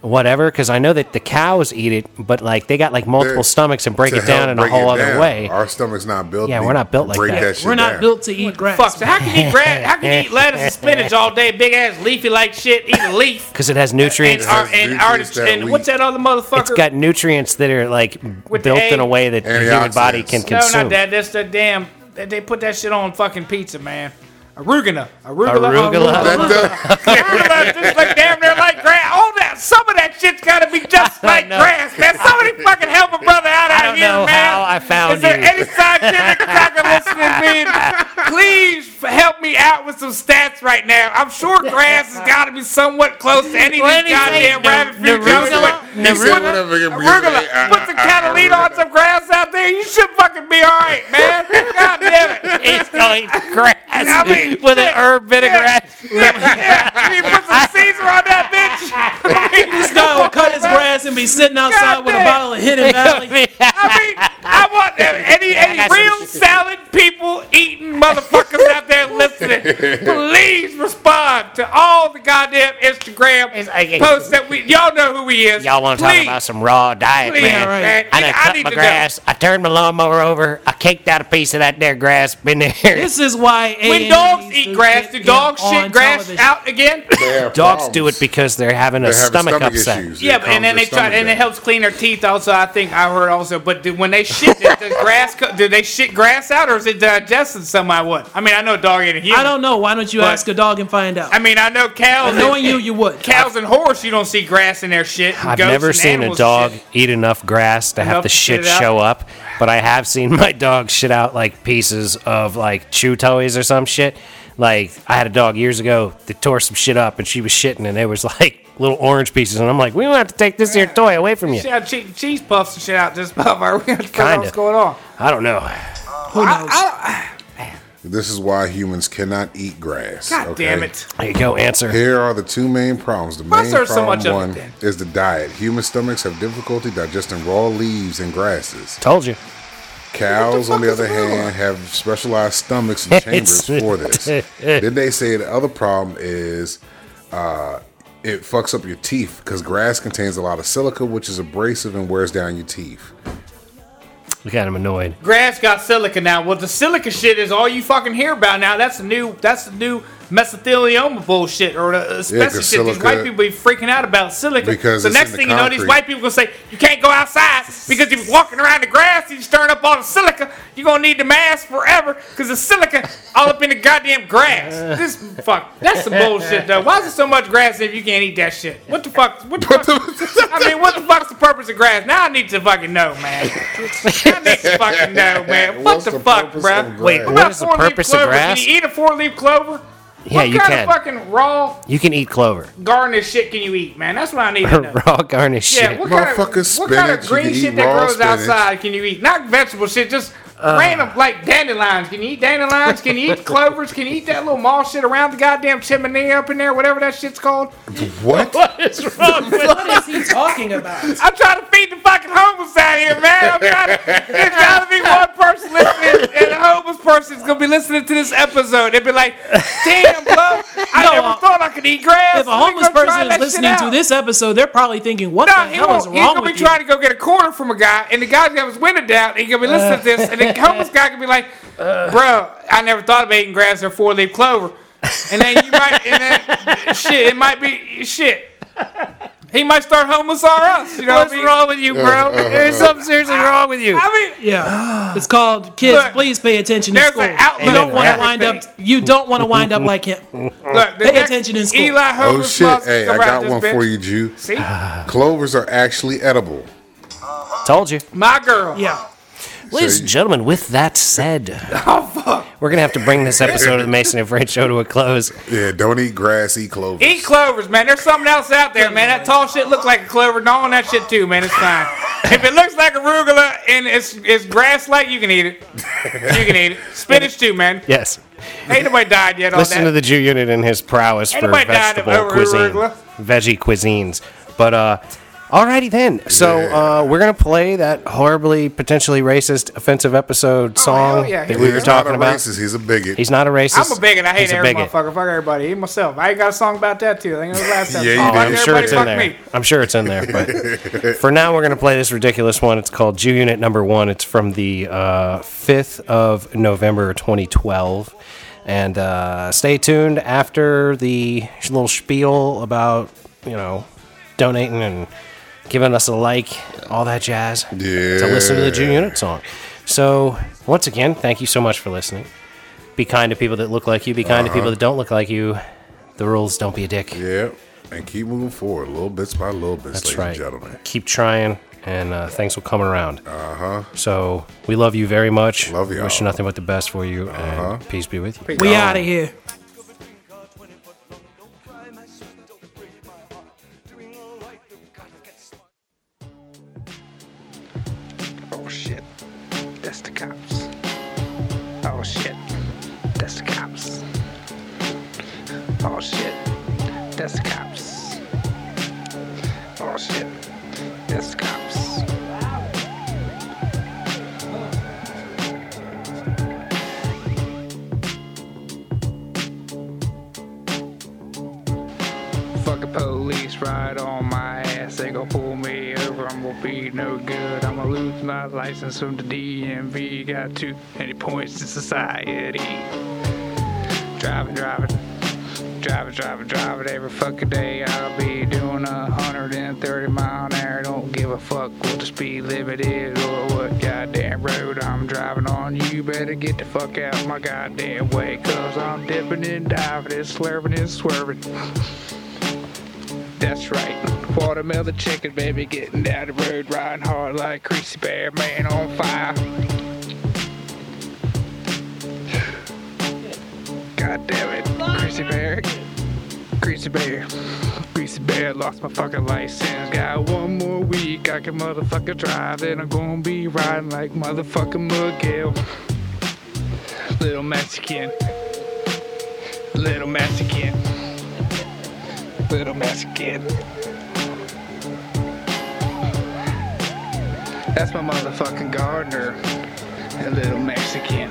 A: whatever because I know that the cows eat it, but like they got like multiple
D: They're-
A: stomachs and break
D: to
A: it down
D: help
A: in a
D: break
A: whole
D: it
A: other
D: down.
A: way.
D: Our stomach's not built.
A: Yeah,
D: to
A: we're not built like
D: break
A: that.
D: that. shit
B: We're not
D: down.
B: built to eat grass.
C: Fuck. So how can you eat grass? How can you eat lettuce and spinach all day? Big ass leafy like shit. Eat a leaf.
A: Because it has
C: And,
A: nutrients.
C: ar- and,
D: nutrients
C: artist,
D: that
C: and
D: we-
C: what's that other motherfucker?
A: it's got nutrients that are like
C: With the
A: built in a
C: egg.
A: way that the human body
D: Antioxidants.
A: can
D: No,
C: no,
A: consume.
C: not that. That's that damn. They they put that shit on fucking pizza, man. Arugula. Arugula.
A: Arugula.
D: That does-
C: Arugula is just like damn near like grass. All that, some of that shit's gotta be just like
A: know.
C: grass, man. Somebody fucking help a brother out
A: I
C: out
A: don't
C: here,
A: know
C: man.
A: how I found
C: Is there
A: you.
C: any scientific fucker listening to me? Please f- help me out with some stats right now. I'm sure grass has got to be somewhat close to any of
A: What
C: these
A: did he say?
C: goddamn
A: Ner-
C: rabbit food
A: Nerugula?
C: jokes.
D: He said whatever it is.
C: Arugula. Put some
D: Uh, uh,
C: Catalina on
D: arugula.
C: some grass out there. You should fucking be all right, man. God damn it.
A: it's going grass
C: I mean,
A: with an
C: shit.
A: herb vinaigrette.
C: Yeah, you put some Caesar on that bitch.
B: This guy would cut his grass and be sitting outside with a
C: Goddamn.
B: bottle of Hidden Valley.
C: I mean, I want any any
A: I got
C: real salad people eating motherfuckers out there listening. Please respond to all the goddamn Instagram
A: It's like-
C: posts that we y'all know who he is.
A: Y'all want to talk
C: Please,
A: about some raw diet,
C: please,
A: man?
B: right.
C: man.
A: I done
C: I
A: cut
C: need
A: my
C: to know.
A: grass. I turned my lawnmower over. I caked out a piece of that there grass. Been there.
B: This is why
C: When
B: A&E
C: dogs
B: needs
C: eat
B: to
C: grass,
B: get
C: do
B: him
C: dogs
B: on
C: shit grass
B: television.
C: out again?
D: They have
A: Dogs do it
D: problems.
A: because they're having a
D: They have
A: stomach, upset.
D: issues.
C: Yeah,
D: It
C: but, and
D: calms
C: then they
D: their
C: try,
D: stomach
C: and it
D: down.
C: helps clean their teeth. Also, I think I heard also. But do, when they shit, does the grass co- do they shit grass out, or is it digested somehow? What? I mean, I know a dog ain't a human.
B: I don't know. Why don't you
C: But-
B: ask a dog and find out?
C: I mean, I know cows. and-
B: Knowing you, you would.
C: cows and horse, you don't see grass in their shit. and
A: I've
C: goats
A: never
C: and
A: seen a
C: animals
A: dog
C: and shit.
A: eat enough grass to have
C: Enough
A: the
C: to shit
A: shit
C: it out?
A: show up, but I have seen my dog shit out like pieces of like chew toys or some shit. Like I had a dog years ago that tore some shit up, and she was shitting, and there was like little orange pieces, and I'm like, we don't have to take this here toy away from you.
C: Shit out, che- cheese puffs and shit out just above our wheels.
A: Kinda.
C: What's going on?
A: I don't know.
B: Who knows?
D: This is why humans cannot eat grass.
C: God
D: okay?
C: damn it.
A: There you go, answer.
D: Here are the two main problems. The
C: Why
D: main
C: is there so
D: problem
C: much of it
D: one
C: then?
D: is the diet. Human stomachs have difficulty digesting raw leaves and grasses.
A: Told you.
D: Cows,
C: fuck
D: on the
C: is
D: other
C: wrong?
D: hand, have specialized stomachs and chambers
A: It's-
D: for this. then they say the other problem is uh, it fucks up your teeth because grass contains a lot of silica, which is abrasive and wears down your teeth.
A: Look at him annoyed.
C: Grass got silica now. Well, the silica shit is all you fucking hear about now. That's the new. That's the new mesothelioma bullshit or the asbestos shit. These
D: silica-
C: white people be freaking out about silica.
D: Because
C: the
D: it's in
C: next
D: the
C: thing you know, these
D: concrete.
C: white people gonna say you can't go outside because you're walking around the grass and you're stirring up all the silica. You're gonna need the mask forever because the silica all up in the goddamn grass. This fuck. That's some bullshit though. Why is there so much grass if you can't eat that shit? What the fuck? What the fuck? I mean, what the fuck's the purpose of grass? Now I need to fucking know, man. I need to fucking know, man. What
D: What's
C: the,
D: the
C: fuck,
D: purpose
C: bruh?
D: of Wait, grass?
A: what
C: about
A: is the
C: four-leaf
A: purpose of
C: clover?
A: grass?
C: Can you eat a four-leaf clover?
A: Yeah,
C: what
A: you
C: kind
A: can.
C: of fucking raw
A: You can eat clover.
C: garnish shit can you eat, man? That's what I need to know.
A: Raw garnish
C: Yeah,
A: shit.
C: what kind, of,
D: Motherfucking
C: what kind of
D: spinach, you
C: green
D: can
C: shit
D: eat
C: that
D: raw
C: grows
D: spinach.
C: outside can you eat? Not vegetable shit, just
B: Uh.
C: random like dandelions. Can you eat dandelions? Can you eat clovers? Can you eat that little moss shit around the goddamn chimney up in there, whatever that shit's called?
D: What?
B: what is he talking about?
C: I'm trying to feed the fucking homeless out here, man. I'm trying to, there's gotta be one person listening, and the homeless person's gonna be listening to this episode. They'd be like, damn, bro, I
B: No,
C: never
B: uh,
C: thought I could eat grass.
B: If a
C: We
B: homeless
C: gonna try
B: person is
C: that shit
B: listening to
C: out."
B: this episode, they're probably thinking, "What
C: No,
B: the
C: he
B: hell is
C: won't. He's
B: wrong
C: gonna be
B: with you?"
C: trying to go get a quarter from a guy, and the guy's got his window down. He's gonna be listening to this, and the homeless guy could be like, "Bro, I never thought of eating grass or four leaf clover." and then you might, and then shit, it might be shit. He might start homeless on us. You know
A: What's
C: what I mean?
A: wrong with you,
D: Uh,
A: bro? There's something seriously wrong with you.
C: I mean,
B: Yeah, it's called kids.
C: Look,
B: please pay attention to
C: there's
B: school.
C: an outlet
B: You don't
C: for
B: want to wind up.
C: everything.
B: You don't want to wind up like him.
C: Look, the
B: Pay
C: next
B: attention in school.
C: Eli
D: Uh, Oh
C: homeless
D: shit!
C: monster
D: Hey, I
C: around
D: got
C: this
D: one
C: bitch.
D: for you, Jew.
C: See,
D: Clovers are actually edible.
A: Told you.
C: my girl.
B: Yeah,
A: Ladies and gentlemen, with that said,
C: Oh,
A: we're going to have to bring this episode of the Mason and French Show to a close.
D: Yeah, don't eat grass. Eat clovers.
C: Eat clovers, man. There's something else out there, man. That tall shit looks like a clover. Gnaw on that shit too, man. It's fine. if it looks like arugula and it's it's grass like, you can eat it. You can eat it. Spinach too, man.
A: Yes.
C: Ain't nobody died yet on
A: Listen
C: that.
A: to the Jew unit and his prowess for
C: Anybody died of
A: vegetable cuisine,
C: arugula?
A: veggie cuisines. But uh, alrighty then. So
D: Yeah.
A: uh, we're gonna play that horribly potentially racist, offensive episode song
C: Oh, hell yeah.
A: that
D: He's
A: we were
D: not
A: talking
D: a
A: about.
D: Racist. He's a bigot.
A: He's not a racist.
C: I'm a bigot. I hate
A: He's a
C: every
A: bigot.
C: motherfucker. Fuck everybody. Even myself. I ain't got a song about that too. I think it was last time.
D: Yeah, you
C: Fuck
D: did.
A: I'm
C: everybody,
A: sure it's in
C: fuck
A: there.
C: me.
A: I'm sure it's in there. But for now, we're gonna play this ridiculous one. It's called Jew Unit Number One. It's from the uh, 5th of November, 2012. And uh, stay tuned after the sh- little spiel about you know donating and giving us a like, all that jazz. To listen to the Jew Unit song. So once again, thank you so much for listening. Be kind to people that look like you. Be kind
C: Uh-huh.
A: to people that don't look like you. The rules don't be a dick.
D: yeah, and keep moving forward, little bits by little bits,
A: That's
D: ladies
A: right.
D: and gentlemen.
A: Keep trying, and uh, things will come around. Uh huh. So we love you very much.
D: Uh-huh. Love y'all. Uh-huh.
A: Wish nothing but the best for you, and peace be with you.
B: we out of here.
F: Oh shit, that's the cops. Oh shit, that's the cops. Oh shit, that's the cops. Oh shit, that's the cops. Fuck a police ride on my ass. They gon' pull me over. I'm gonna be no good. I'm gonna lose my license from the DMV. Got too many points to society. Driving, driving. Driving, driving, driving every fucking day. I'll be doing a 130 mile an hour. Don't give a fuck what the speed limit is or what goddamn road I'm driving on. You better get the fuck out my goddamn way. Cause I'm dipping and diving and slurping and swerving. That's right. Watermelon chicken, baby, getting down the road, riding hard like Greasy Bear Man on fire. God damn it, Greasy Bear. Greasy Bear. Greasy Bear lost my fucking license. Got one more week I can motherfucking drive, then I'm gonna be riding like motherfucking Miguel. Little Mexican. Little Mexican little Mexican. That's my motherfucking gardener, a little Mexican.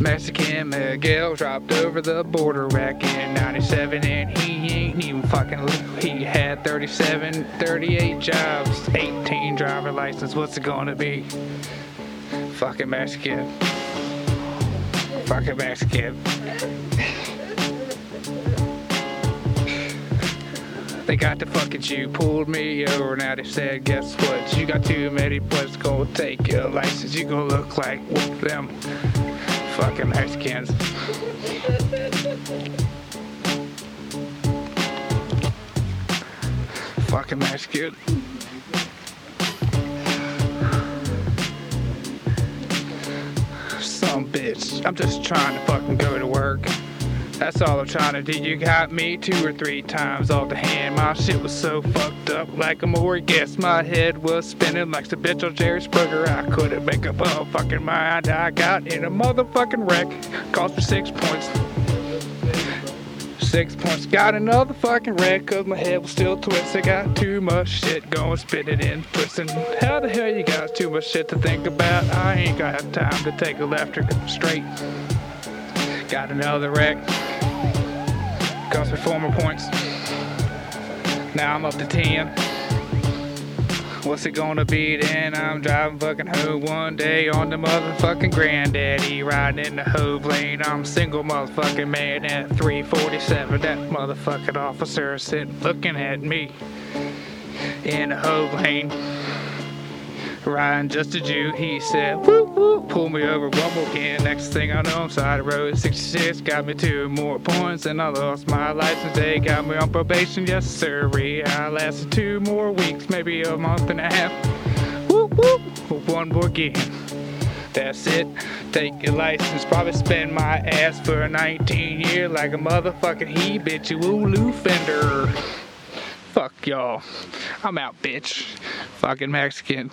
F: Mexican Miguel dropped over the border back in 97 and he ain't even fucking little. He had 37, 38 jobs, 18 driver license. What's it gonna be? Fucking Mexican. Fucking Mexican. They got the fucking Jew, pulled me over. Now they said, guess what? You got too many points, gonna take your license. You gonna look like one of them fucking Mexicans. fucking Mexican. Some bitch. I'm just trying to fucking go to work. That's all I'm trying to do. You got me two or three times off the hand. My shit was so fucked up like a more guess. My head was spinning like the bitch on Jerry's Burger. I couldn't make up a fucking mind. I got in a motherfucking wreck. Cost me six points. Six points. Got another fucking wreck 'cause my head was still twisted. Got too much shit going, spinning and twisting. How the hell you got too much shit to think about? I ain't gonna have time to take a left or straight. Got another wreck. Cost me four more points. Now I'm up to 10. What's it gonna be then? I'm driving fucking hoe one day on the motherfucking granddaddy riding in the hoe lane. I'm single motherfucking man at 347. That motherfucking officer sitting looking at me in the hoe lane. Ryan, just a Jew, he said, whoop, whoop, pull me over one more again. Next thing I know, I'm side of road 66. Got me two more points, and I lost my license. They got me on probation, yes, sir. I lasted two more weeks, maybe a month and a half. Whoop, whoop, one more again. That's it. Take your license. Probably spend my ass for a 19 year like a motherfucking he bitch, you ooloo fender. Fuck y'all. I'm out, bitch. Fucking Mexican.